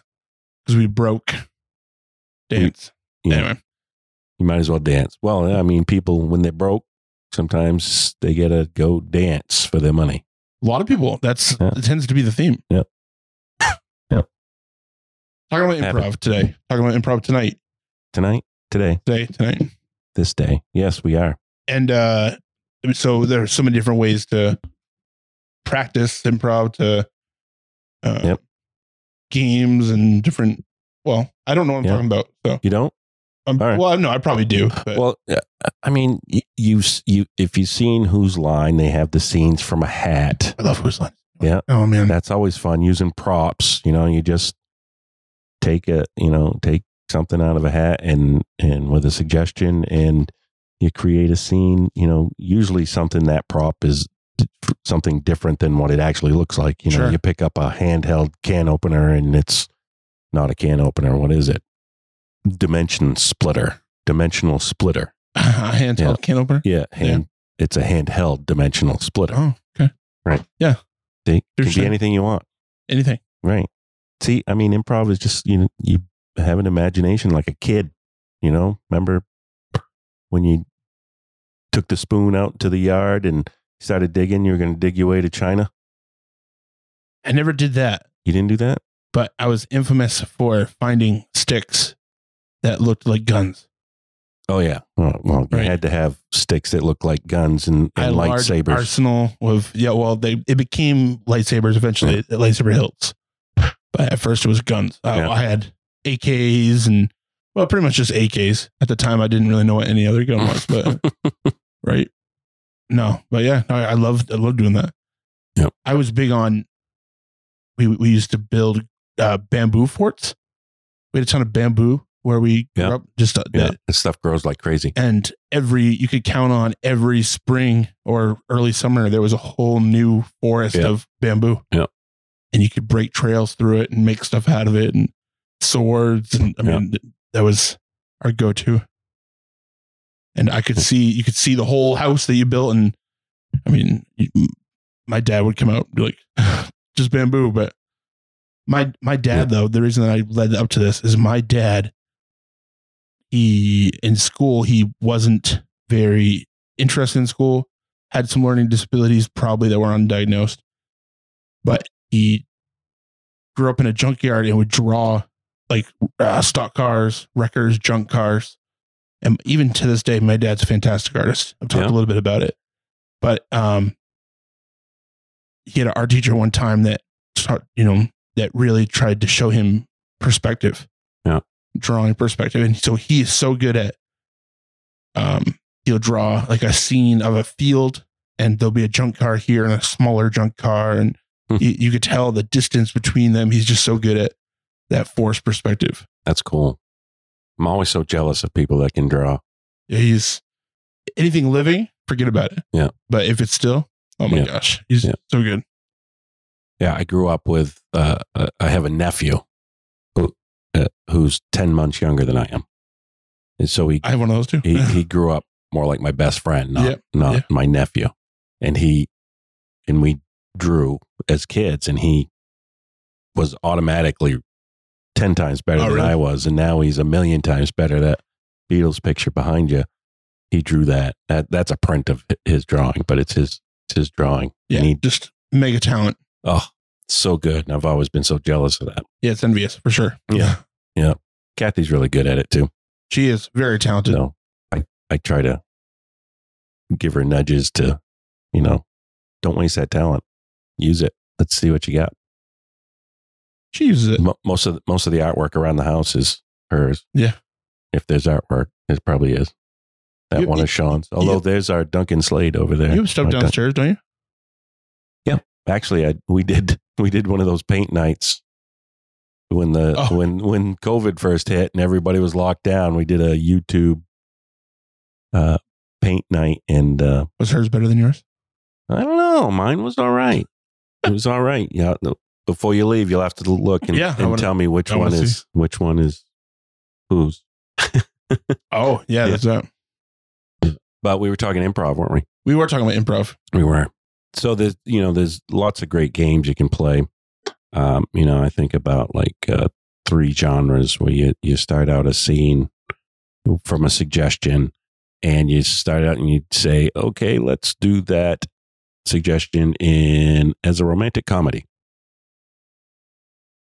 [SPEAKER 2] because we broke dance.
[SPEAKER 1] We- yeah.
[SPEAKER 2] Anyway,
[SPEAKER 1] you might as well dance. Well, I mean, people when they're broke, sometimes they gotta go dance for their money.
[SPEAKER 2] a lot of people. That's
[SPEAKER 1] Yeah.
[SPEAKER 2] it tends to be the theme.
[SPEAKER 1] Yep. Yep.
[SPEAKER 2] Talking about improv
[SPEAKER 1] Happy.
[SPEAKER 2] today. Talking about improv tonight.
[SPEAKER 1] Tonight, today,
[SPEAKER 2] Today. Tonight.
[SPEAKER 1] this day. Yes, we are.
[SPEAKER 2] and uh so there are so many different ways to practice improv to uh,
[SPEAKER 1] Yep.
[SPEAKER 2] games and different well i don't know what i'm
[SPEAKER 1] Yeah.
[SPEAKER 2] talking about so
[SPEAKER 1] You don't?
[SPEAKER 2] um,
[SPEAKER 1] All right.
[SPEAKER 2] well no i probably do but
[SPEAKER 1] Well, uh, I mean, you, you you if you've seen Whose Line, they have the scenes from a hat.
[SPEAKER 2] i love who's line
[SPEAKER 1] Yeah.
[SPEAKER 2] oh man
[SPEAKER 1] That's always fun using props. You know, you just take a you know take something out of a hat and and with a suggestion and you create a scene. You know, usually something that prop is d- something different than what it actually looks like. You know,
[SPEAKER 2] Sure.
[SPEAKER 1] you pick up a handheld can opener and it's not a can opener. What is it? Dimension splitter. Dimensional splitter.
[SPEAKER 2] a handheld
[SPEAKER 1] Yeah.
[SPEAKER 2] can opener
[SPEAKER 1] Yeah, hand. It's a handheld dimensional splitter.
[SPEAKER 2] oh okay
[SPEAKER 1] They can
[SPEAKER 2] Interesting.
[SPEAKER 1] be anything you want.
[SPEAKER 2] anything
[SPEAKER 1] Right. See, I mean, improv is just you know, you have an imagination like a kid. You know, remember when you took the spoon out to the yard and started digging? You were going to dig your way to China.
[SPEAKER 2] i never did that
[SPEAKER 1] You didn't do that.
[SPEAKER 2] but i was infamous for finding sticks that looked like guns
[SPEAKER 1] Oh yeah. Well, well you
[SPEAKER 2] Right.
[SPEAKER 1] had to have sticks that looked like guns and,
[SPEAKER 2] I had
[SPEAKER 1] and
[SPEAKER 2] a large
[SPEAKER 1] lightsabers.
[SPEAKER 2] arsenal of yeah. Well, they it became lightsabers eventually at lightsaber hilts, but at first it was guns. Uh,
[SPEAKER 1] Yeah.
[SPEAKER 2] I had AKs and well, pretty much just AKs at the time. I didn't really know what any other gun was, but right, no, but yeah, no, I loved I loved doing that.
[SPEAKER 1] Yep.
[SPEAKER 2] I was big on. We we used to build uh, bamboo forts. We had a ton of bamboo where we
[SPEAKER 1] Yeah.
[SPEAKER 2] grew up. Just uh,
[SPEAKER 1] yeah,
[SPEAKER 2] that
[SPEAKER 1] this stuff grows like crazy.
[SPEAKER 2] and every you could count on every spring or early summer there was a whole new forest
[SPEAKER 1] Yeah.
[SPEAKER 2] of bamboo
[SPEAKER 1] Yeah.
[SPEAKER 2] and you could break trails through it and make stuff out of it and swords and i mean th- that was our go-to and i
[SPEAKER 1] Hmm.
[SPEAKER 2] could see you could see the whole house that you built and i mean you, my dad would come out and be like just bamboo but my my dad
[SPEAKER 1] Yeah.
[SPEAKER 2] though the reason that i led up to this is my dad he in school he wasn't very interested in school had some learning disabilities probably that were undiagnosed but he grew up in a junkyard and would draw like uh, stock cars wreckers junk cars and even to this day my dad's a fantastic artist i've talked
[SPEAKER 1] Yeah.
[SPEAKER 2] a little bit about it but um he had an art teacher one time that taught you know that really tried to show him perspective
[SPEAKER 1] Yeah.
[SPEAKER 2] drawing perspective and so he is so good at um he'll draw like a scene of a field and there'll be a junk car here and a smaller junk car and
[SPEAKER 1] Hmm.
[SPEAKER 2] you, you could tell the distance between them he's just so good at that force perspective
[SPEAKER 1] That's cool. I'm always so jealous of people that can draw.
[SPEAKER 2] he's anything living forget about it
[SPEAKER 1] Yeah.
[SPEAKER 2] but if it's still oh my
[SPEAKER 1] Yeah.
[SPEAKER 2] gosh he's
[SPEAKER 1] Yeah.
[SPEAKER 2] so good
[SPEAKER 1] Yeah, I grew up with. Uh, uh, I have a nephew who, uh, who's ten months younger than I am, and so he
[SPEAKER 2] i have one of those too
[SPEAKER 1] he he grew up more like my best friend, not
[SPEAKER 2] Yep,
[SPEAKER 1] not
[SPEAKER 2] yeah.
[SPEAKER 1] my nephew. And he and we drew as kids, and he was automatically ten times better
[SPEAKER 2] Oh,
[SPEAKER 1] than
[SPEAKER 2] really?
[SPEAKER 1] I was, and now he's a million times better. That Beatles picture behind you, he drew that. That that's a print of hi- his drawing, but it's his it's his drawing.
[SPEAKER 2] Yeah,
[SPEAKER 1] And he,
[SPEAKER 2] just mega talent.
[SPEAKER 1] oh, so good, and I've always been so jealous of that.
[SPEAKER 2] Yeah, it's envious for sure.
[SPEAKER 1] Yeah. Kathy's really good at it too.
[SPEAKER 2] she is very talented.
[SPEAKER 1] So I, I try to give her nudges to, you know, don't waste that talent. Use it. Let's see what you got.
[SPEAKER 2] She uses it.
[SPEAKER 1] Mo- most of the, most of the artwork around the house is hers.
[SPEAKER 2] Yeah.
[SPEAKER 1] If there's artwork, it probably is. That
[SPEAKER 2] You-
[SPEAKER 1] one
[SPEAKER 2] you-
[SPEAKER 1] is Sean's. Although
[SPEAKER 2] you-
[SPEAKER 1] there's our Duncan Slade over there.
[SPEAKER 2] You have stuff
[SPEAKER 1] My Dun-
[SPEAKER 2] downstairs, don't you?
[SPEAKER 1] Actually, I, we did we did one of those paint nights when the
[SPEAKER 2] Oh.
[SPEAKER 1] when when COVID first hit and everybody was locked down. We did a YouTube uh, paint night and uh,
[SPEAKER 2] Was hers better than yours?
[SPEAKER 1] I don't know. Mine was all right. It was all right. Yeah. no- Before you leave, you'll have to look and,
[SPEAKER 2] Yeah, I
[SPEAKER 1] and
[SPEAKER 2] wanna-
[SPEAKER 1] tell me which
[SPEAKER 2] I
[SPEAKER 1] one
[SPEAKER 2] wanna
[SPEAKER 1] is which one is whose.
[SPEAKER 2] Oh, yeah,
[SPEAKER 1] Yeah.
[SPEAKER 2] that's that.
[SPEAKER 1] But we were talking improv, weren't we?
[SPEAKER 2] We were talking about improv.
[SPEAKER 1] We were. So there's you know there's lots of great games you can play. Um, you know I think about like uh, three genres where you you start out a scene from a suggestion, and you start out and you say, okay, let's do that suggestion in as a romantic comedy.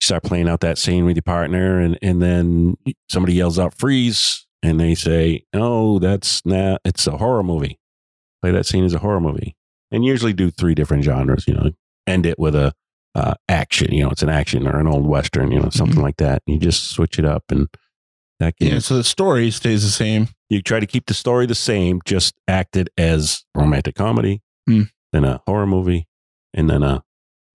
[SPEAKER 1] You start playing out that scene with your partner, and and then somebody yells out freeze, and they say, oh, that's not it's a horror movie. Play that scene as a horror movie and usually do three different genres. You know, end it with a uh, action. You know, it's an action or an old western. You know, something like that. You just switch it up, and that can
[SPEAKER 2] Yeah, so the story stays the same.
[SPEAKER 1] you try to keep the story the same, just act it as romantic comedy,
[SPEAKER 2] Hmm.
[SPEAKER 1] then a horror movie, and then a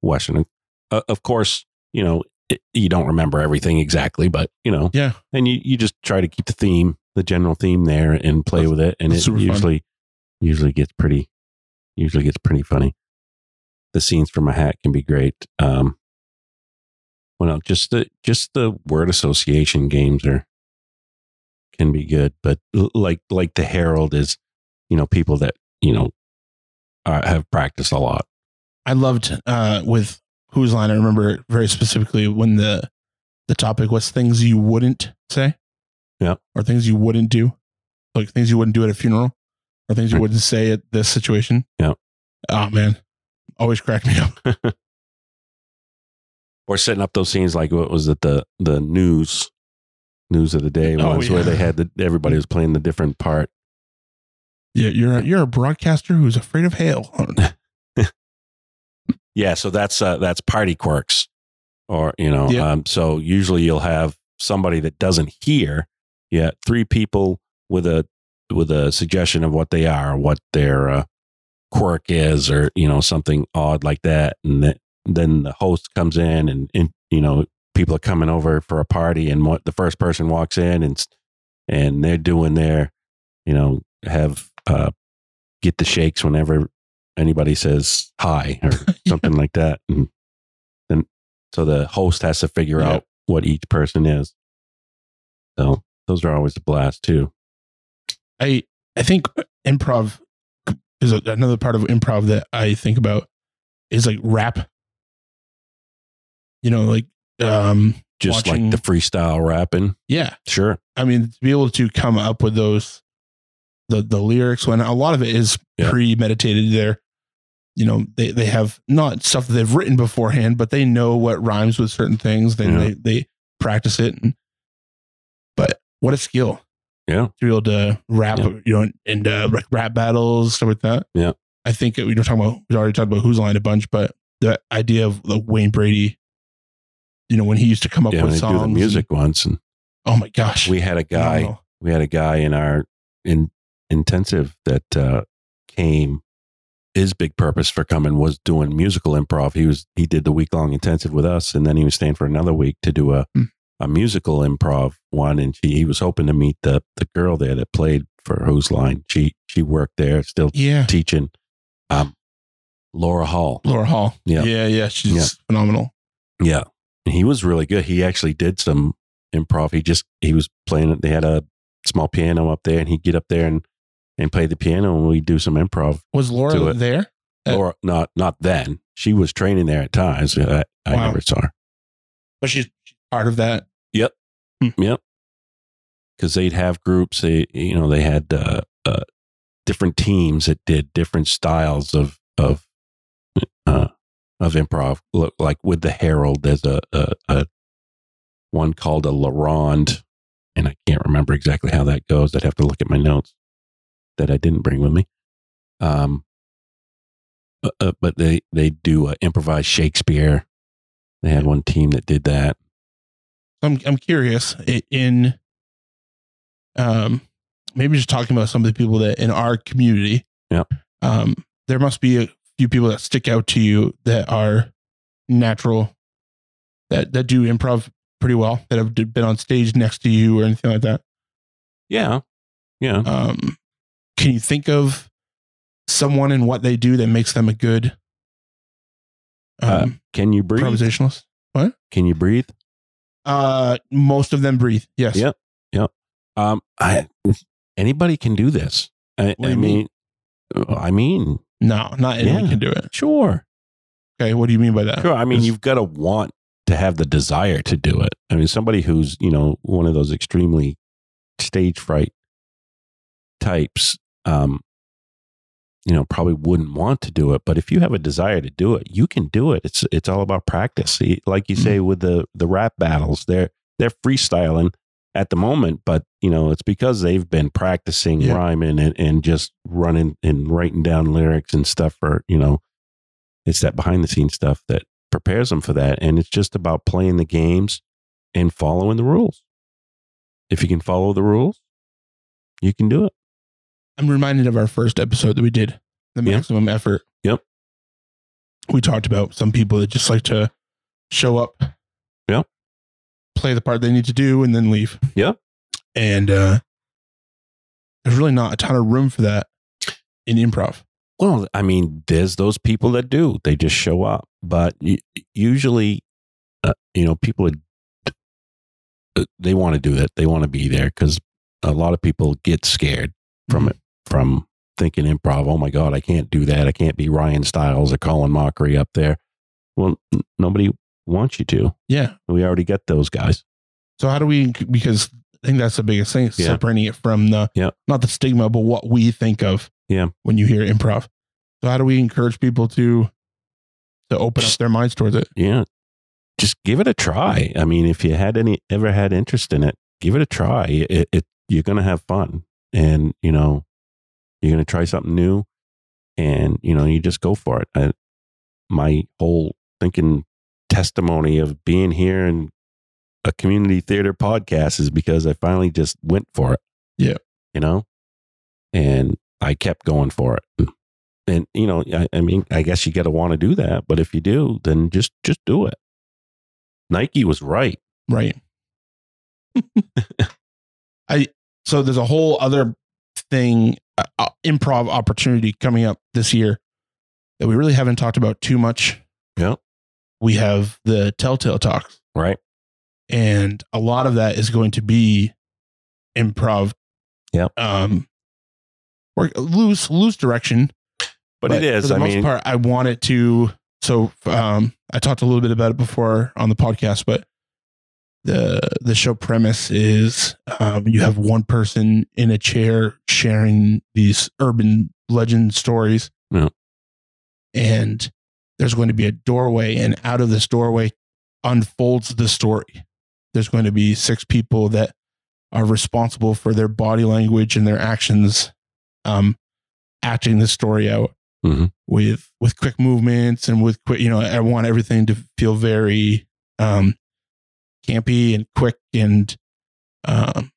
[SPEAKER 1] western. Uh, of course, you know it, you don't remember everything exactly, but you know,
[SPEAKER 2] Yeah.
[SPEAKER 1] and you you just try to keep the theme, the general theme there, and play
[SPEAKER 2] That's-
[SPEAKER 1] with it, and
[SPEAKER 2] that's
[SPEAKER 1] it
[SPEAKER 2] super fun.
[SPEAKER 1] usually usually gets pretty usually gets pretty funny. The scenes from a hat can be great. Um, well, just the just the word association games are can be good, but l- like like the Herald is, you know, people that you know are, have practiced a lot.
[SPEAKER 2] I loved uh, with Whose Line. I remember very specifically when the the topic was things you wouldn't say,
[SPEAKER 1] Yeah.
[SPEAKER 2] or things you wouldn't do, like things you wouldn't do at a funeral, or things you
[SPEAKER 1] Right.
[SPEAKER 2] wouldn't say at this situation.
[SPEAKER 1] Yeah.
[SPEAKER 2] Oh man, always cracked me up.
[SPEAKER 1] or setting up those scenes like what was it the the news news of the day
[SPEAKER 2] Oh,
[SPEAKER 1] ones where
[SPEAKER 2] yeah.
[SPEAKER 1] they had the everybody was playing the different part
[SPEAKER 2] Yeah, you're a, you're a broadcaster who's afraid of hail.
[SPEAKER 1] yeah so that's uh that's party quirks or you know
[SPEAKER 2] Yeah.
[SPEAKER 1] um so usually you'll have somebody that doesn't hear yeah three people with a with a suggestion of what they are what their uh, quirk is or you know something odd like that and th- then the host comes in and, and you know people are coming over for a party and what the first person walks in and s- and they're doing their you know have uh get the shakes whenever anybody says hi or something like that and then so the host has to figure
[SPEAKER 2] Yeah.
[SPEAKER 1] out what each person is so those are always a blast too
[SPEAKER 2] I I think improv is a, another part of improv that I think about is like rap. You know, like um
[SPEAKER 1] just
[SPEAKER 2] Watching-
[SPEAKER 1] like the freestyle rapping
[SPEAKER 2] yeah,
[SPEAKER 1] sure
[SPEAKER 2] I mean to be able to come up with those the the lyrics when a lot of it is
[SPEAKER 1] Yeah.
[SPEAKER 2] premeditated there. You know, they they have not stuff that they've written beforehand, but they know what rhymes with certain things. Then
[SPEAKER 1] Yeah.
[SPEAKER 2] they they practice it. And, but what a skill!
[SPEAKER 1] Yeah.
[SPEAKER 2] to be able to rap,
[SPEAKER 1] Yeah.
[SPEAKER 2] you know, and uh, like rap battles stuff like that.
[SPEAKER 1] Yeah.
[SPEAKER 2] I think we were talking about we already talked about who's line a bunch, but the idea of the Wayne Brady, you know, when he used to come up
[SPEAKER 1] yeah when
[SPEAKER 2] with
[SPEAKER 1] they do
[SPEAKER 2] songs,
[SPEAKER 1] the
[SPEAKER 2] and-
[SPEAKER 1] music once and
[SPEAKER 2] oh my gosh,
[SPEAKER 1] we had a guy
[SPEAKER 2] phenomenal.
[SPEAKER 1] we had a guy in our in intensive that uh, came. His big purpose for coming was doing musical improv. He was he did the week long intensive with us, and then he was staying for another week to do a
[SPEAKER 2] Hmm.
[SPEAKER 1] a musical improv one. And she, he was hoping to meet the the girl there that played for Whose Line. She she worked there, still
[SPEAKER 2] yeah,
[SPEAKER 1] teaching. Um, Laura Hall.
[SPEAKER 2] Laura Hall.
[SPEAKER 1] Yeah.
[SPEAKER 2] Yeah. Yeah. She's
[SPEAKER 1] Yeah.
[SPEAKER 2] phenomenal.
[SPEAKER 1] Yeah. And he was really good. He actually did some improv. He just he was playing they had a small piano up there and he'd get up there and and play the piano and we'd do some improv.
[SPEAKER 2] Was
[SPEAKER 1] Do it.
[SPEAKER 2] Laura there? Uh,
[SPEAKER 1] Laura not not then. She was training there at times. I, I
[SPEAKER 2] Wow.
[SPEAKER 1] never saw her.
[SPEAKER 2] But she's part of that.
[SPEAKER 1] Yep. Because they'd have groups. They, you know, they had uh, uh, different teams that did different styles of of uh, of improv. Look, like with the Herald, there's a, a, a one called a La Ronde, and I can't remember exactly how that goes. I'd have to look at my notes that I didn't bring with me. Um, but, uh, but they they do uh, improvised Shakespeare. They had one team that did that.
[SPEAKER 2] I'm I'm curious i- in um maybe just talking about some of the people that in our community.
[SPEAKER 1] Yeah.
[SPEAKER 2] Um there must be a few people that stick out to you that are natural that that do improv pretty well that have d- been on stage next to you or anything like that.
[SPEAKER 1] Yeah, yeah.
[SPEAKER 2] Um can you think of someone and what they do that makes them a good um
[SPEAKER 1] Can you Uh, breathe?
[SPEAKER 2] improvisationalist?
[SPEAKER 1] Can you breathe?
[SPEAKER 2] Uh most of them breathe. Yes.
[SPEAKER 1] Yeah. Um, I anybody can do this. I,
[SPEAKER 2] What do
[SPEAKER 1] I
[SPEAKER 2] you
[SPEAKER 1] mean, oh, I mean,
[SPEAKER 2] No, not anyone
[SPEAKER 1] Yeah.
[SPEAKER 2] can do it.
[SPEAKER 1] sure,
[SPEAKER 2] Okay, what do you mean by that?
[SPEAKER 1] sure. I mean,
[SPEAKER 2] It's-
[SPEAKER 1] you've got to want to have the desire to do it. I mean, somebody who's you know one of those extremely stage fright types, um, you know, probably wouldn't want to do it. But if you have a desire to do it, you can do it. It's it's all about practice. See, Like you
[SPEAKER 2] Mm-hmm.
[SPEAKER 1] say with the the rap battles, they're they're freestyling at the moment, but you know, it's because they've been practicing
[SPEAKER 2] Yeah.
[SPEAKER 1] rhyming and, and just running and writing down lyrics and stuff for, you know, it's that behind the scenes stuff that prepares them for that. And it's just about playing the games and following the rules. If you can follow the rules, you can do it.
[SPEAKER 2] I'm reminded of our first episode that we did, the
[SPEAKER 1] Yeah.
[SPEAKER 2] maximum effort.
[SPEAKER 1] Yep.
[SPEAKER 2] We talked about some people that just like to show up.
[SPEAKER 1] Yeah.
[SPEAKER 2] Play the part they need to do and then leave.
[SPEAKER 1] Yeah.
[SPEAKER 2] And uh there's really not a ton of room for that in improv.
[SPEAKER 1] Well, I mean, there's those people that do. They just show up, but u- usually, uh, you know, people are- uh, they want to do that. They want to be there because a lot of people get scared from it, from thinking improv. Oh my God, I can't do that. I can't be Ryan Stiles or Colin Mockery up there. Well, n- nobody wants you to.
[SPEAKER 2] Yeah.
[SPEAKER 1] We already get those guys.
[SPEAKER 2] So how do we because I think that's the biggest thing, is
[SPEAKER 1] Yeah.
[SPEAKER 2] separating it from the
[SPEAKER 1] Yeah.
[SPEAKER 2] not the stigma, but what we think of
[SPEAKER 1] Yeah.
[SPEAKER 2] when you hear improv. So how do we encourage people to to open up their minds towards it?
[SPEAKER 1] Yeah, just give it a try. I mean, if you had any ever had interest in it, give it a try. It, it you're gonna have fun, and you know, you're gonna try something new, and you know, you just go for it. I, my whole thinking testimony of being here in a community theater podcast is because I finally just went for it.
[SPEAKER 2] Yeah.
[SPEAKER 1] you know, and I kept going for it and you know I, I mean i guess you got to want to do that but if you do then just just do it nike was right
[SPEAKER 2] Right. I so there's a whole other thing uh, uh, improv opportunity coming up this year that we really haven't talked about too much.
[SPEAKER 1] Yeah.
[SPEAKER 2] We have the Telltale Talks
[SPEAKER 1] right
[SPEAKER 2] and a lot of that is going to be improv.
[SPEAKER 1] Yep.
[SPEAKER 2] Um or loose loose direction,
[SPEAKER 1] but, it
[SPEAKER 2] For
[SPEAKER 1] is
[SPEAKER 2] the
[SPEAKER 1] i
[SPEAKER 2] most
[SPEAKER 1] mean
[SPEAKER 2] part, I want it to. So um, I talked a little bit about it before on the podcast, but the the show premise is um, you have one person in a chair sharing these urban legend stories,
[SPEAKER 1] Yeah.
[SPEAKER 2] and there's going to be a doorway, and out of this doorway unfolds the story. There's going to be six people that are responsible for their body language and their actions, um, acting the story out with with quick movements and with quick you know i want everything to feel very um campy and quick and um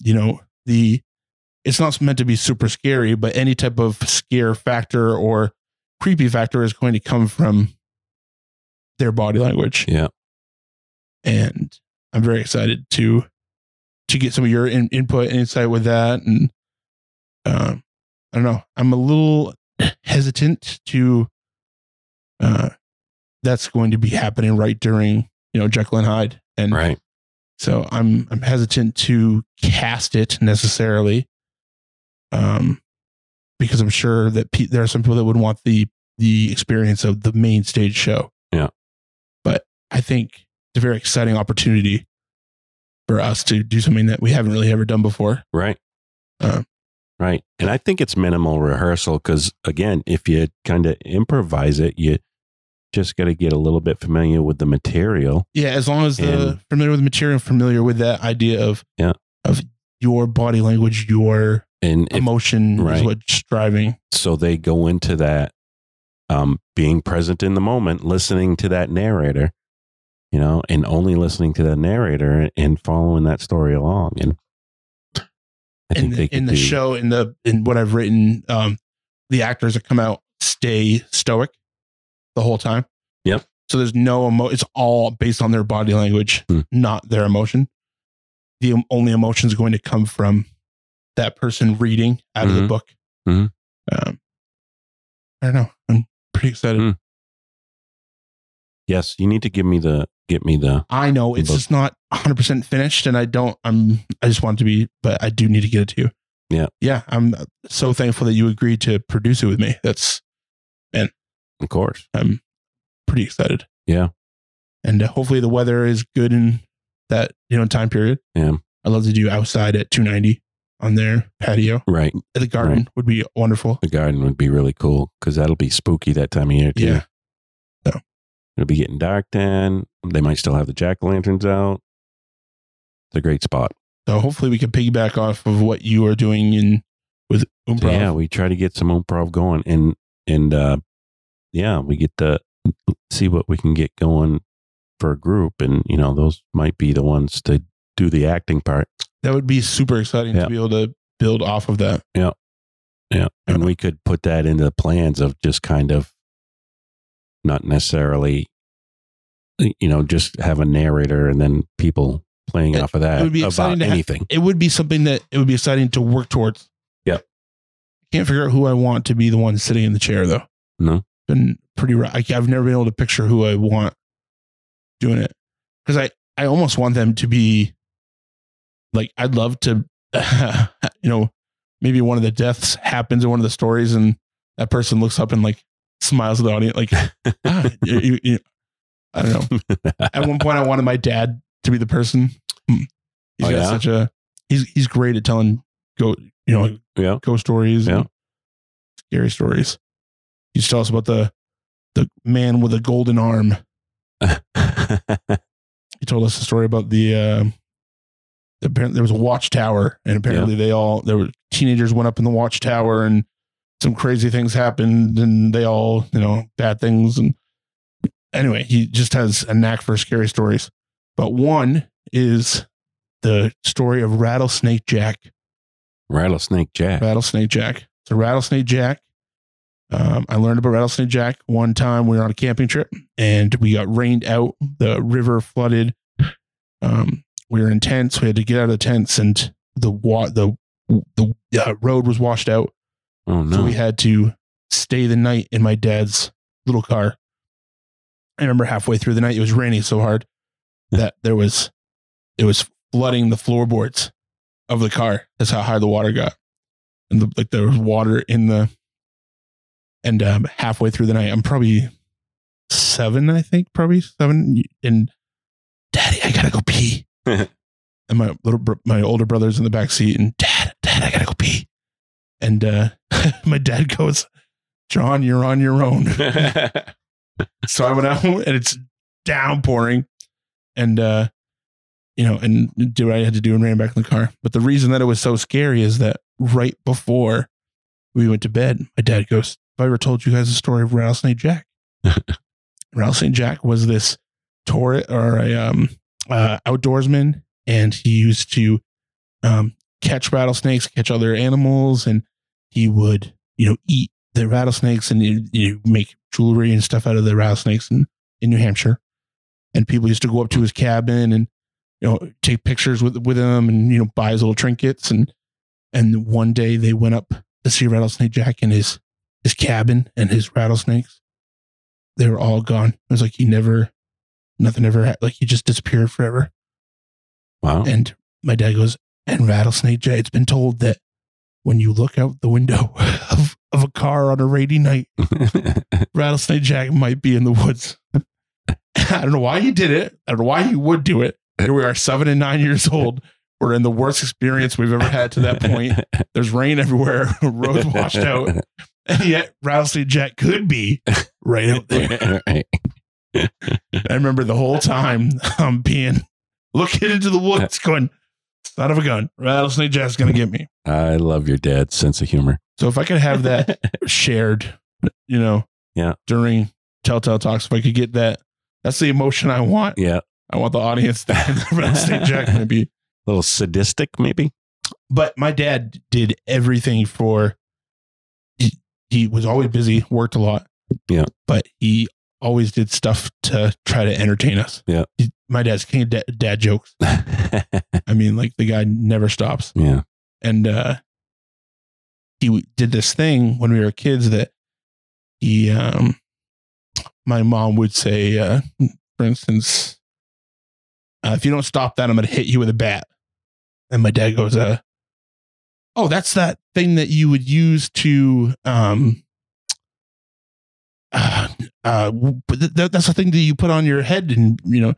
[SPEAKER 2] you know the it's not meant to be super scary but any type of scare factor or creepy factor is going to come from their body language
[SPEAKER 1] yeah
[SPEAKER 2] and i'm very excited to to get some of your in, input and insight with that and um i don't know i'm a little hesitant to uh that's going to be happening right during you know jekyll and hyde and
[SPEAKER 1] right
[SPEAKER 2] so i'm i'm hesitant to cast it necessarily um because i'm sure that pe- there are some people that would want the the experience of the main stage show.
[SPEAKER 1] Yeah.
[SPEAKER 2] But I think it's a very exciting opportunity for us to do something that we haven't really ever done before.
[SPEAKER 1] Right.
[SPEAKER 2] Uh.
[SPEAKER 1] right. And I think it's minimal rehearsal because, again, if you kind of improvise it, you just got to get a little bit familiar with the material.
[SPEAKER 2] Yeah, as long as the
[SPEAKER 1] And-
[SPEAKER 2] familiar with the material, familiar with that idea of
[SPEAKER 1] Yeah.
[SPEAKER 2] of your body language, your
[SPEAKER 1] And if,
[SPEAKER 2] emotion is
[SPEAKER 1] right.
[SPEAKER 2] what's driving.
[SPEAKER 1] so they go into that um, being present in the moment, listening to that narrator, you know, and only listening to that narrator and, and following that story along. And I
[SPEAKER 2] in
[SPEAKER 1] think
[SPEAKER 2] the,
[SPEAKER 1] they could
[SPEAKER 2] in the
[SPEAKER 1] do,
[SPEAKER 2] show in the in what I've written, um, the actors that come out stay stoic the whole time.
[SPEAKER 1] Yep.
[SPEAKER 2] So there's no emo. It's all based on their body language,
[SPEAKER 1] Hmm.
[SPEAKER 2] not their emotion. The em- only emotion is going to come from that person reading out of the
[SPEAKER 1] Mhm.
[SPEAKER 2] book.
[SPEAKER 1] Mhm.
[SPEAKER 2] Um, I don't know. I'm pretty excited.
[SPEAKER 1] Hmm. Yes, you need to give me the get me the
[SPEAKER 2] I know it's
[SPEAKER 1] Book.
[SPEAKER 2] just not 100 percent finished, and I don't. I'm. I just want it to be, but I do need to get it to you.
[SPEAKER 1] Yeah.
[SPEAKER 2] yeah. I'm so thankful that you agreed to produce it with me. That's
[SPEAKER 1] of course.
[SPEAKER 2] I'm pretty excited.
[SPEAKER 1] Yeah.
[SPEAKER 2] and uh, hopefully the weather is good in that you know time period.
[SPEAKER 1] Yeah.
[SPEAKER 2] I love to do outside at 290 on their patio.
[SPEAKER 1] Right.
[SPEAKER 2] The garden would be wonderful.
[SPEAKER 1] The garden would be really cool because that'll be spooky that time of year too.
[SPEAKER 2] Yeah.
[SPEAKER 1] It'll be getting dark then. They might still have the jack o' lanterns out. It's a great spot.
[SPEAKER 2] So hopefully we can piggyback off of what you are doing in with
[SPEAKER 1] So,
[SPEAKER 2] Umbrella.
[SPEAKER 1] yeah, we try to get some improv going and and uh yeah, we get to see what we can get going for a group and you know, those might be the ones to do the acting part.
[SPEAKER 2] That would be super exciting
[SPEAKER 1] Yeah.
[SPEAKER 2] to be able to build off of that.
[SPEAKER 1] Yeah. And we could put that into the plans of just kind of not necessarily, you know, just have a narrator and then people playing
[SPEAKER 2] It-
[SPEAKER 1] off of that
[SPEAKER 2] it would be exciting
[SPEAKER 1] about
[SPEAKER 2] to ha-
[SPEAKER 1] anything.
[SPEAKER 2] it would be something that it would be exciting to work towards.
[SPEAKER 1] Yeah.
[SPEAKER 2] Can't figure out who I want to be the one sitting in the chair though.
[SPEAKER 1] No.
[SPEAKER 2] Been pretty rough. I, I've never been able to picture who I want doing it because I I almost want them to be like I'd love to you know maybe one of the deaths happens in one of the stories and that person looks up and like smiles at the audience like ah, you- you- you- I don't know at one point I wanted my dad to be the person. Hmm. He's
[SPEAKER 1] Oh,
[SPEAKER 2] got
[SPEAKER 1] yeah?
[SPEAKER 2] such a he's he's great at telling go you know
[SPEAKER 1] yeah.
[SPEAKER 2] ghost stories and
[SPEAKER 1] Yeah.
[SPEAKER 2] scary stories. You used to tell us about the the man with a golden arm. He told us a story about the uh, apparently there was a watchtower and apparently they all there were teenagers went up in the watchtower and some crazy things happened and they all you know bad things and anyway he just has a knack for scary stories but one is the story of rattlesnake jack
[SPEAKER 1] Rattlesnake Jack.
[SPEAKER 2] rattlesnake jack so rattlesnake jack um, i learned about rattlesnake jack one time we were on a camping trip and we got rained out the river flooded um, we were in tents we had to get out of the tents and the wa- the the uh, road was washed out
[SPEAKER 1] Oh
[SPEAKER 2] so
[SPEAKER 1] no.
[SPEAKER 2] we had to stay the night in my dad's little car. I remember halfway through the night, it was raining so hard that there was, it was flooding the floorboards of the car. That's how high the water got. And the, like there was water in the, and um, halfway through the night, I'm probably seven, I think, probably seven. And daddy, I gotta go pee. and my little, bro- my older brother's in the back seat and dad, dad, I gotta go pee. And uh, my dad goes, John, you're on your own. so I went out and it's downpouring. And, uh, you know, and did what I had to do and ran back in the car. But the reason that it was so scary is that right before we went to bed, my dad goes, Have I ever told you guys the story of Rattlesnake Jack? Rattlesnake Jack was this tour or a um, uh, outdoorsman, and he used to um, catch rattlesnakes, catch other animals, and he would, you know, eat the rattlesnakes and you, you make jewelry and stuff out of the rattlesnakes in, in New Hampshire. And people used to go up to his cabin and, you know, take pictures with, with him and, you know, buy his little trinkets. And, and one day they went up to see Rattlesnake Jack in his, his cabin and his rattlesnakes. They were all gone. It was like he never, nothing ever, hap- like he just disappeared forever.
[SPEAKER 1] wow.
[SPEAKER 2] And my dad goes, and rattlesnake Jack. It's been told that when you look out the window of of a car on a rainy night. Rattlesnake Jack might be in the woods. I don't know why he did it. I don't know why he would do it. Here we are, seven and nine years old. We're in the worst experience we've ever had to that point. There's rain everywhere, roads washed out, and yet Rattlesnake Jack could be right out there.
[SPEAKER 1] Right.
[SPEAKER 2] I remember the whole time I'm being looking into the woods, going, "Son of a gun, Rattlesnake Jack's gonna get me."
[SPEAKER 1] I love your dad's sense of humor.
[SPEAKER 2] So if I could have that shared, you know,
[SPEAKER 1] Yeah.
[SPEAKER 2] during Telltale Talks. If I could get that, that's the emotion I want.
[SPEAKER 1] yeah.
[SPEAKER 2] I want the audience to have the Rattlesnake Jack maybe.
[SPEAKER 1] A little sadistic, maybe.
[SPEAKER 2] But my dad did everything for. He, he was always busy, worked a lot.
[SPEAKER 1] Yeah.
[SPEAKER 2] but he always did stuff to try to entertain us.
[SPEAKER 1] Yeah.
[SPEAKER 2] He- my dad's king of da- dad jokes. I mean, like the guy never stops.
[SPEAKER 1] yeah.
[SPEAKER 2] and uh he w- did this thing when we were kids that he um my mom would say uh for instance uh, if you don't stop that i'm gonna hit you with a bat and my dad goes uh oh that's that thing that you would use to um uh, uh w- but th- th- that's the thing that you put on your head and you know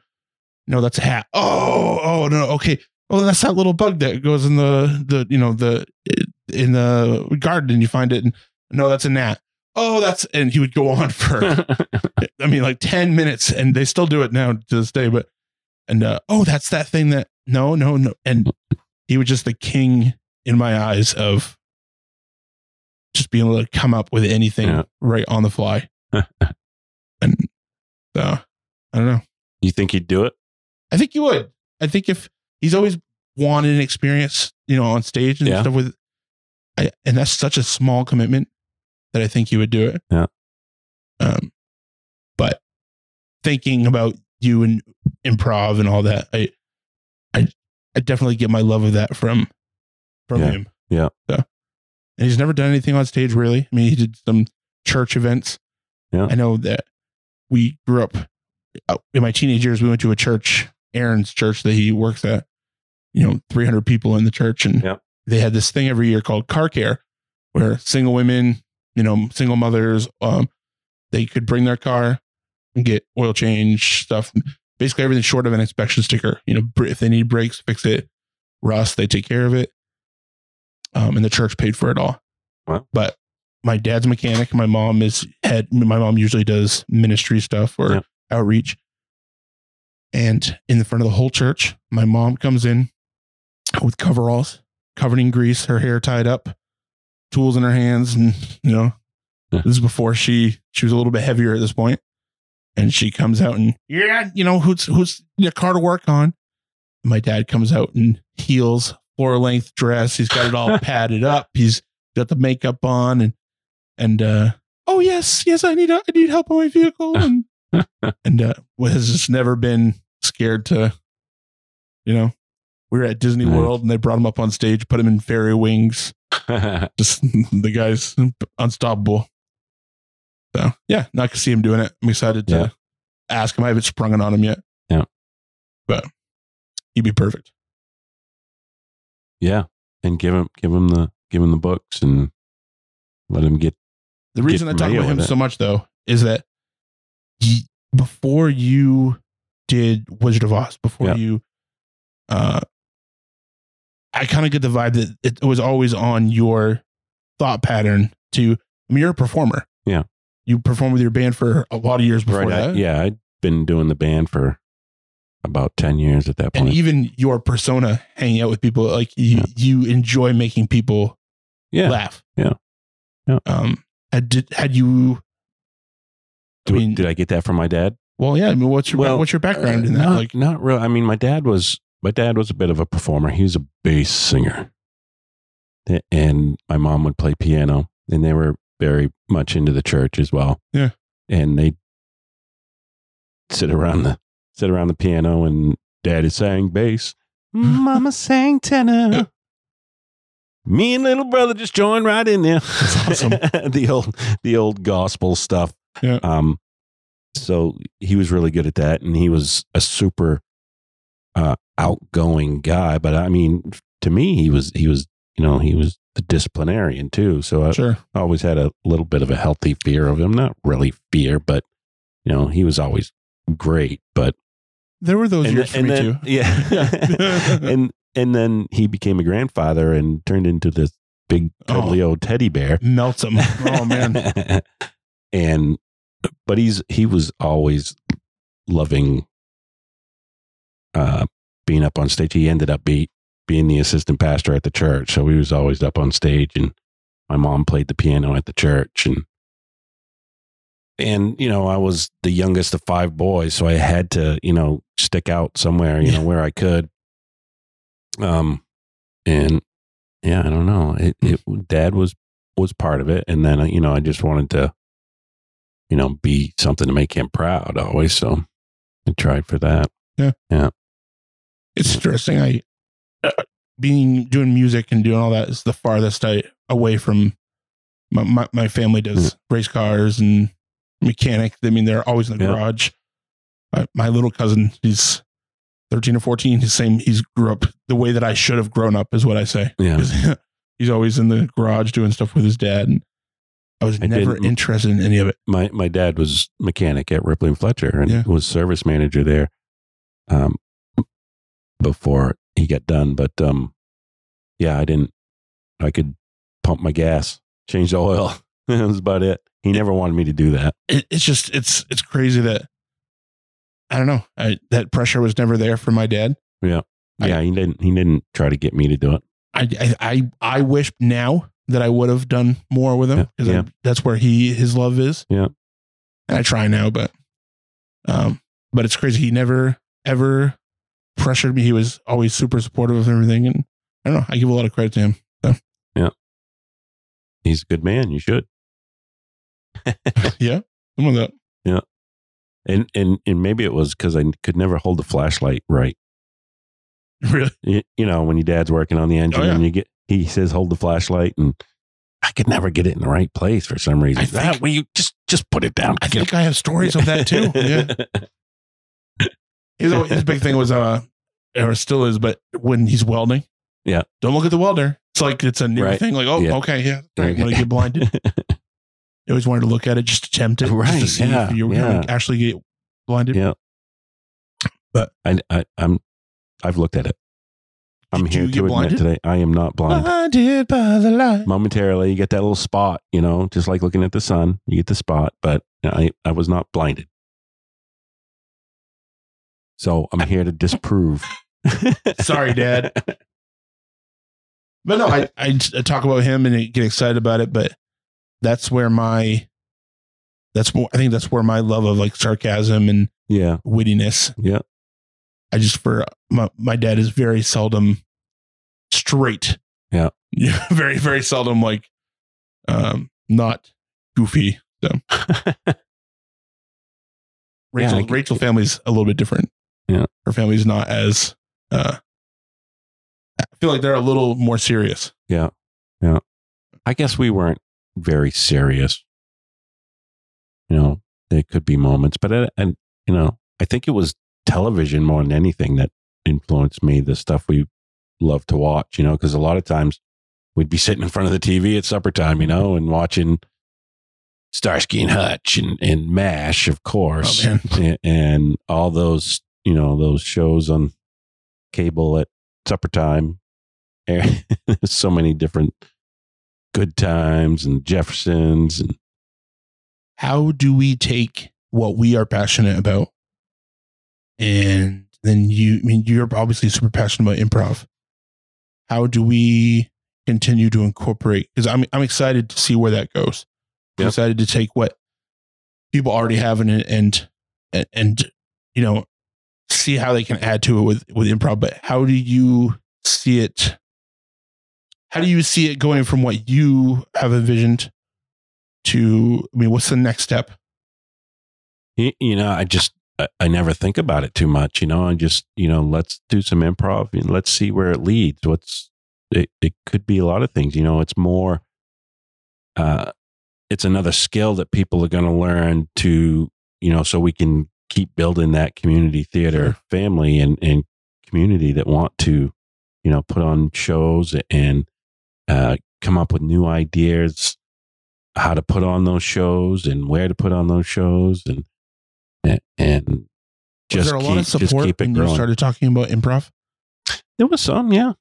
[SPEAKER 2] no that's a hat oh oh no okay well, that's that little bug that goes in the the you know the in the garden and you find it. And no, that's a gnat. Oh, that's and he would go on for I mean like ten minutes, and they still do it now to this day. But and uh, oh, that's that thing that no, no, no, and he was just the king in my eyes of just being able to come up with anything
[SPEAKER 1] Yeah.
[SPEAKER 2] right on the fly. and uh, I don't know.
[SPEAKER 1] you think he'd do it?
[SPEAKER 2] I think you would. I think if he's always wanted an experience, you know, on stage and
[SPEAKER 1] Yeah.
[SPEAKER 2] stuff with, I, and that's such a small commitment that I think you would do it.
[SPEAKER 1] Yeah.
[SPEAKER 2] Um, but thinking about you and improv and all that, I, I, I definitely get my love of that from, from
[SPEAKER 1] Yeah.
[SPEAKER 2] him.
[SPEAKER 1] Yeah.
[SPEAKER 2] So, and he's never done anything on stage really. I mean, he did some church events.
[SPEAKER 1] Yeah.
[SPEAKER 2] I know that we grew up uh, in my teenage years, we went to a church, Aaron's church that he works at. You know, 300 people in the church, and
[SPEAKER 1] Yep.
[SPEAKER 2] they had this thing every year called car care, where single women, you know, single mothers, um, they could bring their car and get oil change stuff, basically everything short of an inspection sticker. You know, br- if they need brakes, fix it. Rust, they take care of it. Um, and the church paid for it all.
[SPEAKER 1] Wow.
[SPEAKER 2] But my dad's a mechanic. My mom is head. My mom usually does ministry stuff or
[SPEAKER 1] Yeah.
[SPEAKER 2] outreach. And in the front of the whole church, my mom comes in with coveralls, covered in grease, her hair tied up, tools in her hands, and you know,
[SPEAKER 1] Yeah.
[SPEAKER 2] this is before she she was a little bit heavier at this point. And she comes out and yeah, you know who's who's your car to work on. My dad comes out in heels, floor length dress. He's got it all padded up. He's got the makeup on and and uh oh yes, yes, I need I need help on my vehicle and and uh has just never been scared to you know. We were at Disney
[SPEAKER 1] Right.
[SPEAKER 2] World and they brought him up on stage, put him in fairy wings. Just the guy's unstoppable. So yeah, not to see him doing it. I'm excited to
[SPEAKER 1] Yeah.
[SPEAKER 2] ask him. I haven't sprung it on him yet.
[SPEAKER 1] Yeah.
[SPEAKER 2] But he'd be perfect.
[SPEAKER 1] yeah. And give him give him the give him the books and let him get
[SPEAKER 2] The reason I talk
[SPEAKER 1] familiar
[SPEAKER 2] about him
[SPEAKER 1] with it.
[SPEAKER 2] so much, though, is that he, before you did Wizard of Oz, before
[SPEAKER 1] Yeah.
[SPEAKER 2] you, uh, I kind of get the vibe that it was always on your thought pattern. To I mean, you're a performer.
[SPEAKER 1] Yeah.
[SPEAKER 2] you performed with your band for a lot of years before
[SPEAKER 1] right. I-
[SPEAKER 2] that.
[SPEAKER 1] yeah, I'd been doing the band for about ten years at that
[SPEAKER 2] and
[SPEAKER 1] point.
[SPEAKER 2] even your persona hanging out with people like you
[SPEAKER 1] Yeah.
[SPEAKER 2] you enjoy making people
[SPEAKER 1] yeah.
[SPEAKER 2] laugh
[SPEAKER 1] Yeah. Yeah.
[SPEAKER 2] um had, did, had you I
[SPEAKER 1] Do-
[SPEAKER 2] mean-
[SPEAKER 1] did I get that from my dad?
[SPEAKER 2] well yeah i mean what's your
[SPEAKER 1] Well,
[SPEAKER 2] what's your background in that
[SPEAKER 1] Uh, Not,
[SPEAKER 2] like
[SPEAKER 1] not real. I mean, my dad was my dad was a bit of a performer. He was a bass singer, A- and my mom would play piano, and they were very much into the church as well.
[SPEAKER 2] Yeah.
[SPEAKER 1] and they sit around the sit around the piano, and daddy sang bass, mama sang tenor. Me and little brother just joined right in there.
[SPEAKER 2] awesome.
[SPEAKER 1] the old the old gospel stuff.
[SPEAKER 2] Yeah.
[SPEAKER 1] Um so he was really good at that and he was a super uh outgoing guy, but I mean to me he was he was you know, he was the disciplinarian too. So I
[SPEAKER 2] Sure.
[SPEAKER 1] always had a little bit of a healthy fear of him. Not really fear, but you know, he was always great. But
[SPEAKER 2] There were those years for me
[SPEAKER 1] then,
[SPEAKER 2] too.
[SPEAKER 1] yeah, and and then he became a grandfather and turned into this big
[SPEAKER 2] Oh.
[SPEAKER 1] cuddly old teddy bear.
[SPEAKER 2] Melts them. Oh man.
[SPEAKER 1] and but he's he was always loving uh being up on stage. He ended up be being the assistant pastor at the church. So he was always up on stage and my mom played the piano at the church and and you know, I was the youngest of five boys, so I had to, you know, stick out somewhere, you know, where I could. Um and yeah, I don't know. It,
[SPEAKER 2] Hmm.
[SPEAKER 1] it dad was was part of it and then uh, you know, I just wanted to you know, be something to make him proud always. So I tried for that.
[SPEAKER 2] It's interesting. I uh, being doing music and doing all that is the farthest I away from my my, my family
[SPEAKER 1] Mm.
[SPEAKER 2] does race cars and mechanic. I mean, they're always in the
[SPEAKER 1] Yeah.
[SPEAKER 2] garage. My, my little cousin, he's thirteen or fourteen. He's same. He's grew up the way that I should have grown up is what I say.
[SPEAKER 1] Yeah.
[SPEAKER 2] 'Cause he's always in the garage doing stuff with his dad. And I was
[SPEAKER 1] I
[SPEAKER 2] never
[SPEAKER 1] didn't-
[SPEAKER 2] interested in any of it.
[SPEAKER 1] my my dad was mechanic at Ripley and Fletcher and
[SPEAKER 2] Yeah.
[SPEAKER 1] was service manager there um before he got done but um yeah I didn't I could pump my gas change the oil that was about it he never wanted me to do that
[SPEAKER 2] it, it's just it's it's crazy that I don't know. I, that pressure was never there for my dad. I-
[SPEAKER 1] yeah he didn't he didn't try to get me to do it
[SPEAKER 2] I I I, I wish now that I would have done more with him
[SPEAKER 1] Yeah,
[SPEAKER 2] because
[SPEAKER 1] yeah.
[SPEAKER 2] that's where he his love is.
[SPEAKER 1] Yeah.
[SPEAKER 2] and I try now, but um, but it's crazy. He never ever pressured me. He was always super supportive of everything, and I don't know. I give a lot of credit to him.
[SPEAKER 1] he's a good man you should
[SPEAKER 2] yeah, some of that.
[SPEAKER 1] and and and maybe it was cuz I could never hold the flashlight right
[SPEAKER 2] Really,
[SPEAKER 1] you, you know when your dad's working on the engine
[SPEAKER 2] Oh, yeah.
[SPEAKER 1] and you get he says hold the flashlight and I could never get it in the right place for some reason.
[SPEAKER 2] I think-
[SPEAKER 1] that way you just just put it down.
[SPEAKER 2] I think I have stories of that too. Yeah. His, his big thing was uh or still is, but when he's welding,
[SPEAKER 1] Yeah.
[SPEAKER 2] don't look at the welder. It's like it's a new
[SPEAKER 1] Right.
[SPEAKER 2] thing. Like oh,
[SPEAKER 1] Yeah.
[SPEAKER 2] okay, yeah, right.
[SPEAKER 1] Okay.
[SPEAKER 2] when you get blinded, you always wanted to look at it, just attempt it, just
[SPEAKER 1] Right,
[SPEAKER 2] to see
[SPEAKER 1] yeah,
[SPEAKER 2] if you were
[SPEAKER 1] yeah.
[SPEAKER 2] gonna actually get blinded.
[SPEAKER 1] Yeah. I, I, I'm, I've looked at it. I'm
[SPEAKER 2] Did
[SPEAKER 1] here
[SPEAKER 2] you
[SPEAKER 1] to
[SPEAKER 2] get
[SPEAKER 1] admit
[SPEAKER 2] blinded?
[SPEAKER 1] today I am not blind.
[SPEAKER 2] Blinded by the light.
[SPEAKER 1] Momentarily, you get that little spot, you know, just like looking at the sun, you get the spot, but I, I was not blinded. So I'm here to disprove.
[SPEAKER 2] Sorry, Dad. But no, I, I just- I talk about him and get excited about it, but that's where my that's more I think that's where my love of like sarcasm and
[SPEAKER 1] Yeah.
[SPEAKER 2] wittiness.
[SPEAKER 1] Yeah.
[SPEAKER 2] I just for my my dad is very seldom straight.
[SPEAKER 1] Yeah.
[SPEAKER 2] Yeah. Very, very seldom like um not goofy. So Rachel
[SPEAKER 1] I can-
[SPEAKER 2] Rachel family's a little bit different.
[SPEAKER 1] Yeah.
[SPEAKER 2] Her family's not as uh I feel like they're a little more serious.
[SPEAKER 1] I guess we weren't very serious. You know, there could be moments, but I, and you know, I think it was television more than anything that influenced me. The stuff we love to watch, you know, because a lot of times we'd be sitting in front of the TV at supper time, you know, and watching Starsky and Hutch and and Mash, of course,
[SPEAKER 2] Oh,
[SPEAKER 1] and, and all those you know those shows on cable at supper time. There's so many different good times and Jeffersons and
[SPEAKER 2] How do we take what we are passionate about? And then you I mean you're obviously super passionate about improv. How do we continue to incorporate because I'm I'm excited to see where that goes. I'm
[SPEAKER 1] Yep.
[SPEAKER 2] excited to take what people already have and and and, and you know see how they can add to it with with improv but how do you see it how do you see it going from what you have envisioned to i mean what's the next step
[SPEAKER 1] you, you know i just I, I never think about it too much you know i just you know let's do some improv and let's see where it leads what's it, it could be a lot of things you know it's more uh it's another skill that people are going to learn to you know so we can keep building that community theater
[SPEAKER 2] Sure.
[SPEAKER 1] family and and community that want to you know put on shows and uh come up with new ideas how to put on those shows and where to put on those shows and and, and
[SPEAKER 2] was
[SPEAKER 1] just,
[SPEAKER 2] there a
[SPEAKER 1] keep,
[SPEAKER 2] lot of
[SPEAKER 1] just
[SPEAKER 2] support
[SPEAKER 1] keep it
[SPEAKER 2] when you
[SPEAKER 1] growing.
[SPEAKER 2] started talking about improv?
[SPEAKER 1] there was some, yeah.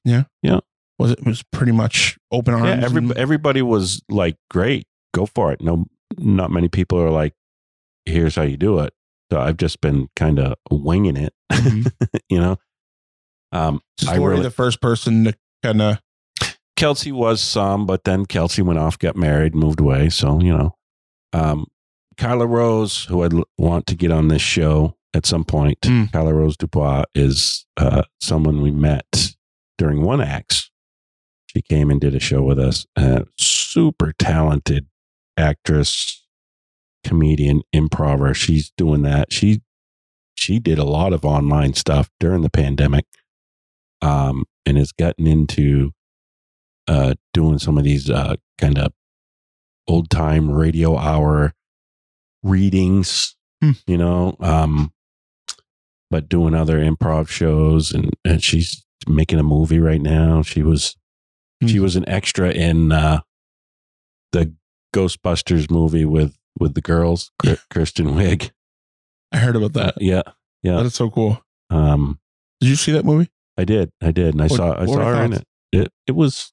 [SPEAKER 2] Was it was pretty much open arms?
[SPEAKER 1] Yeah, every,
[SPEAKER 2] and-
[SPEAKER 1] everybody was like, "Great, go for it." No, not many people are like, "Here's how you do it." So I've just been kind of winging it,
[SPEAKER 2] Mhm.
[SPEAKER 1] you know. Um,
[SPEAKER 2] Just
[SPEAKER 1] I
[SPEAKER 2] Lori
[SPEAKER 1] really-
[SPEAKER 2] the first person to kind of
[SPEAKER 1] Kelsey was some, but then Kelsey went off, got married, moved away. So you know, um, Kyla Rose, who I would want to get on this show at some point,
[SPEAKER 2] Mm.
[SPEAKER 1] Kyla Rose Dubois is uh, someone we met during One Acts. She came and did a show with us. Uh, super talented actress, comedian, improver. She's doing that. She she did a lot of online stuff during the pandemic, um, and has gotten into uh, doing some of these uh, kind of old time radio hour readings,
[SPEAKER 2] Hmm.
[SPEAKER 1] you know, um, but doing other improv shows and, and she's making a movie right now. She was
[SPEAKER 2] Hmm.
[SPEAKER 1] she was an extra in uh, the Ghostbusters movie with with the girls, Kr- Kristen Wiig.
[SPEAKER 2] I heard about that.
[SPEAKER 1] Uh, yeah, yeah.
[SPEAKER 2] That is so cool.
[SPEAKER 1] Um,
[SPEAKER 2] Did you see that movie?
[SPEAKER 1] I did, I did, and I
[SPEAKER 2] What-
[SPEAKER 1] saw I
[SPEAKER 2] what
[SPEAKER 1] saw
[SPEAKER 2] are
[SPEAKER 1] her in
[SPEAKER 2] thoughts?
[SPEAKER 1] it. It it was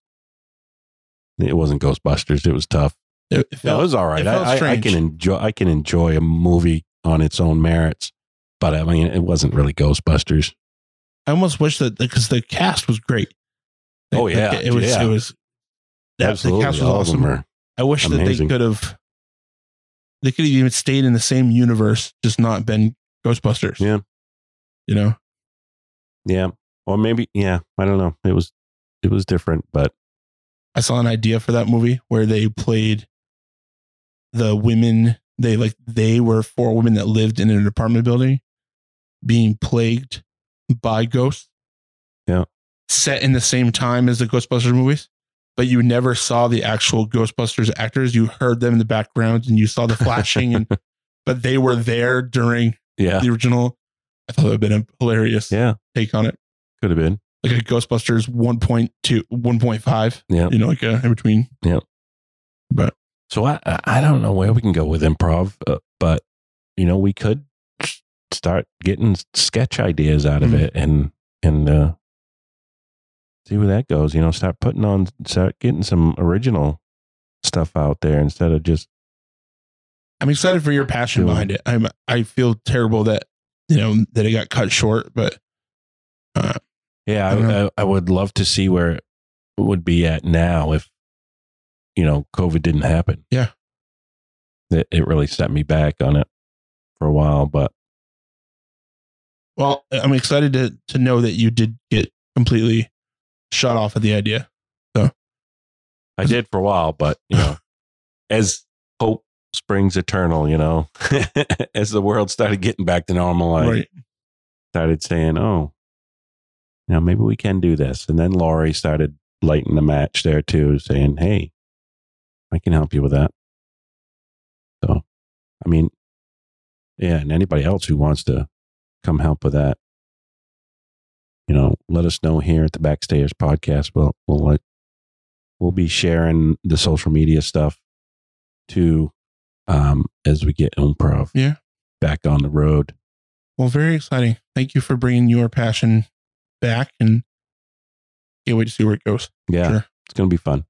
[SPEAKER 1] it wasn't Ghostbusters. It was tough.
[SPEAKER 2] It, it
[SPEAKER 1] No,
[SPEAKER 2] felt-
[SPEAKER 1] it was all right.
[SPEAKER 2] it felt
[SPEAKER 1] I, I, I
[SPEAKER 2] strange.
[SPEAKER 1] can enjoy. I can enjoy a movie on its own merits, but I mean, it wasn't really Ghostbusters.
[SPEAKER 2] I almost wish that because the cast was great.
[SPEAKER 1] Oh, yeah,
[SPEAKER 2] it was.
[SPEAKER 1] yeah.
[SPEAKER 2] It was. That,
[SPEAKER 1] Absolutely,
[SPEAKER 2] The cast was
[SPEAKER 1] all of them
[SPEAKER 2] awesome.
[SPEAKER 1] are-
[SPEAKER 2] I wish that
[SPEAKER 1] amazing.
[SPEAKER 2] they could have. They could have even stayed in the same universe, just not been Ghostbusters.
[SPEAKER 1] Yeah.
[SPEAKER 2] You know.
[SPEAKER 1] yeah, or maybe yeah. I don't know. It was it was different, but
[SPEAKER 2] I saw an idea for that movie where they played the women. They like they were four women that lived in an apartment building, being plagued by ghosts.
[SPEAKER 1] Yeah.
[SPEAKER 2] set in the same time as the Ghostbusters movies, but you never saw the actual Ghostbusters actors. You heard them in the background and you saw the flashing, and but they were there during
[SPEAKER 1] yeah,
[SPEAKER 2] the original. I thought that would have been a hilarious
[SPEAKER 1] yeah,
[SPEAKER 2] take on it,
[SPEAKER 1] could have been.
[SPEAKER 2] like a Ghostbusters 1.2, 1.5,
[SPEAKER 1] Yeah.
[SPEAKER 2] you know, like a in between.
[SPEAKER 1] So I I I don't know where we can go with improv, uh, but you know we could s- start getting sketch ideas out of
[SPEAKER 2] Mhm.
[SPEAKER 1] it and and uh, see where that goes. You know, start putting on, start getting some original stuff out there instead of just
[SPEAKER 2] I'm excited for your passion
[SPEAKER 1] Sure.
[SPEAKER 2] behind it. I'm I feel terrible that you know that it got cut short, but
[SPEAKER 1] Yeah,
[SPEAKER 2] I don't
[SPEAKER 1] I, I, I would love to see where it would be at now if you know COVID didn't happen.
[SPEAKER 2] Yeah.
[SPEAKER 1] it, it really set me back on it for a while. But
[SPEAKER 2] well, I'm excited to to know that you did get completely shut off of the idea.
[SPEAKER 1] I did for a while. But you know, as hope springs eternal, you know, as the world started getting back to normal, I
[SPEAKER 2] right.
[SPEAKER 1] started saying, "Oh, you know, maybe we can do this." And then Laurie started lighting the match there too, saying, "Hey, I can help you with that." So, I mean, yeah, and anybody else who wants to come help with that, you know, let us know here at the Backstairs Podcast. We'll we'll let, we'll be sharing the social media stuff too um, as we get improv
[SPEAKER 2] Yeah.
[SPEAKER 1] back on the road.
[SPEAKER 2] Well, very exciting. Thank you for bringing your passion back, and can't wait to see where it goes.
[SPEAKER 1] Yeah.
[SPEAKER 2] Sure.
[SPEAKER 1] It's going to be fun,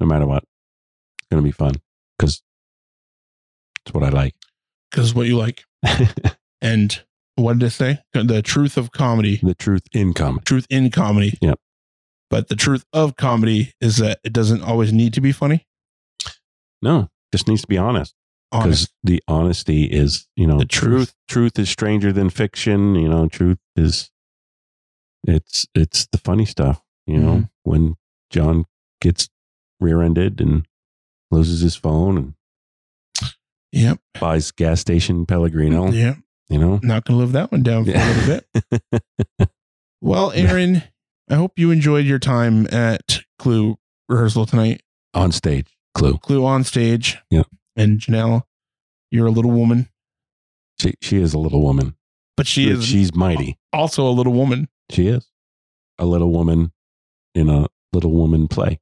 [SPEAKER 1] no matter what. It's going to be fun because it's what I like.
[SPEAKER 2] Because what you like, and what did I say? The truth of comedy,
[SPEAKER 1] the truth in comedy.
[SPEAKER 2] truth in comedy.
[SPEAKER 1] Yep.
[SPEAKER 2] But the truth of comedy is that it doesn't always need to be funny.
[SPEAKER 1] No, just needs to be honest
[SPEAKER 2] Honest.
[SPEAKER 1] because the honesty is, you know,
[SPEAKER 2] The truth.
[SPEAKER 1] Truth is stranger than fiction. You know, truth is, it's it's the funny stuff. You know,
[SPEAKER 2] Mm-hmm.
[SPEAKER 1] when John gets rear-ended and loses his phone and
[SPEAKER 2] Yep.
[SPEAKER 1] buys gas station Pellegrino.
[SPEAKER 2] Yeah.
[SPEAKER 1] You know,
[SPEAKER 2] not going to live that one down for
[SPEAKER 1] Yeah.
[SPEAKER 2] a little bit. well, Aaron, I hope you enjoyed your time at Clue rehearsal tonight.
[SPEAKER 1] on stage, clue.
[SPEAKER 2] Clue on stage.
[SPEAKER 1] Yeah.
[SPEAKER 2] And Janelle, you're a little woman,
[SPEAKER 1] She she is a little woman.
[SPEAKER 2] but she is
[SPEAKER 1] she's mighty.
[SPEAKER 2] also a little woman.
[SPEAKER 1] She is a little woman in a little woman play.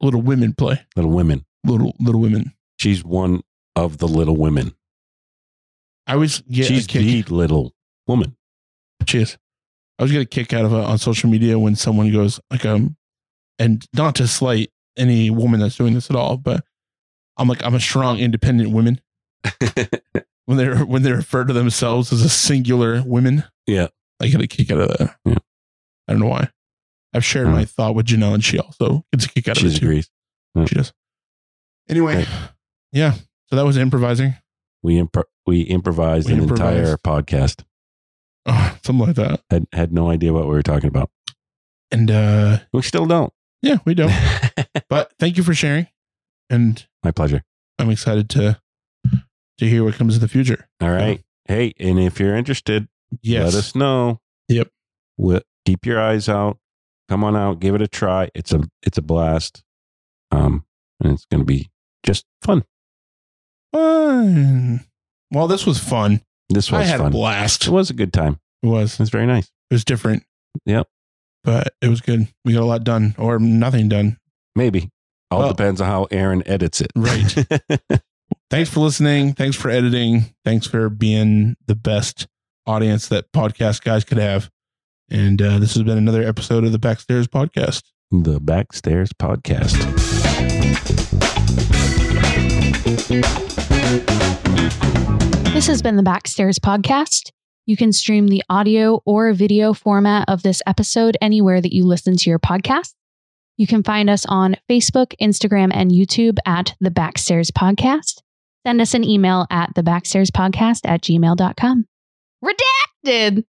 [SPEAKER 2] Little Women play.
[SPEAKER 1] Little Women.
[SPEAKER 2] Little Little Women.
[SPEAKER 1] She's one of the Little Women.
[SPEAKER 2] I always get
[SPEAKER 1] She's
[SPEAKER 2] a kick.
[SPEAKER 1] the Little Woman.
[SPEAKER 2] Cheers. I was get a kick out of it on social media when someone goes like um, and not to slight any woman that's doing this at all, but I'm like I'm a strong independent woman when they're when they refer to themselves as a singular women.
[SPEAKER 1] Yeah.
[SPEAKER 2] I get a kick out of that.
[SPEAKER 1] Yeah. Mm.
[SPEAKER 2] I don't know why. I've shared
[SPEAKER 1] Yeah.
[SPEAKER 2] my thought with Janelle, and she also gets a kick out
[SPEAKER 1] she
[SPEAKER 2] of it too.
[SPEAKER 1] agrees. Yeah.
[SPEAKER 2] She does. Anyway, yeah. So that was improvising,
[SPEAKER 1] We impro- we improvised
[SPEAKER 2] We
[SPEAKER 1] an entire
[SPEAKER 2] improvised.
[SPEAKER 1] podcast.
[SPEAKER 2] oh, something like that.
[SPEAKER 1] Had had no idea what we were talking about.
[SPEAKER 2] And uh
[SPEAKER 1] We still don't.
[SPEAKER 2] yeah, we don't. but thank you for sharing, and
[SPEAKER 1] My pleasure.
[SPEAKER 2] I'm excited to to hear what comes in the future.
[SPEAKER 1] All right. Hey, and if you're interested,
[SPEAKER 2] Yes.
[SPEAKER 1] let us know.
[SPEAKER 2] Yep.
[SPEAKER 1] We'll, keep your eyes out. Come on out. Give it a try. It's a it's a blast. Um, and it's going to be just fun.
[SPEAKER 2] Fun. Well, this was fun.
[SPEAKER 1] This
[SPEAKER 2] I
[SPEAKER 1] was
[SPEAKER 2] had a
[SPEAKER 1] fun.
[SPEAKER 2] blast.
[SPEAKER 1] It was a good time.
[SPEAKER 2] It was.
[SPEAKER 1] It was very nice.
[SPEAKER 2] It was different.
[SPEAKER 1] Yep.
[SPEAKER 2] But it was good. We got a lot done or nothing done.
[SPEAKER 1] Maybe. All
[SPEAKER 2] Well-
[SPEAKER 1] depends on how Aaron edits it.
[SPEAKER 2] Right. Thanks for listening. Thanks for editing. Thanks for being the best audience that podcast guys could have. And uh, this has been another episode of the Backstairs Podcast.
[SPEAKER 1] the Backstairs Podcast.
[SPEAKER 3] This has been the Backstairs Podcast. You can stream the audio or video format of this episode anywhere that you listen to your podcast. You can find us on Facebook, Instagram, and YouTube at The Backstairs Podcast. Send us an email at TheBackstairsPodcast at gmail.com. Redacted!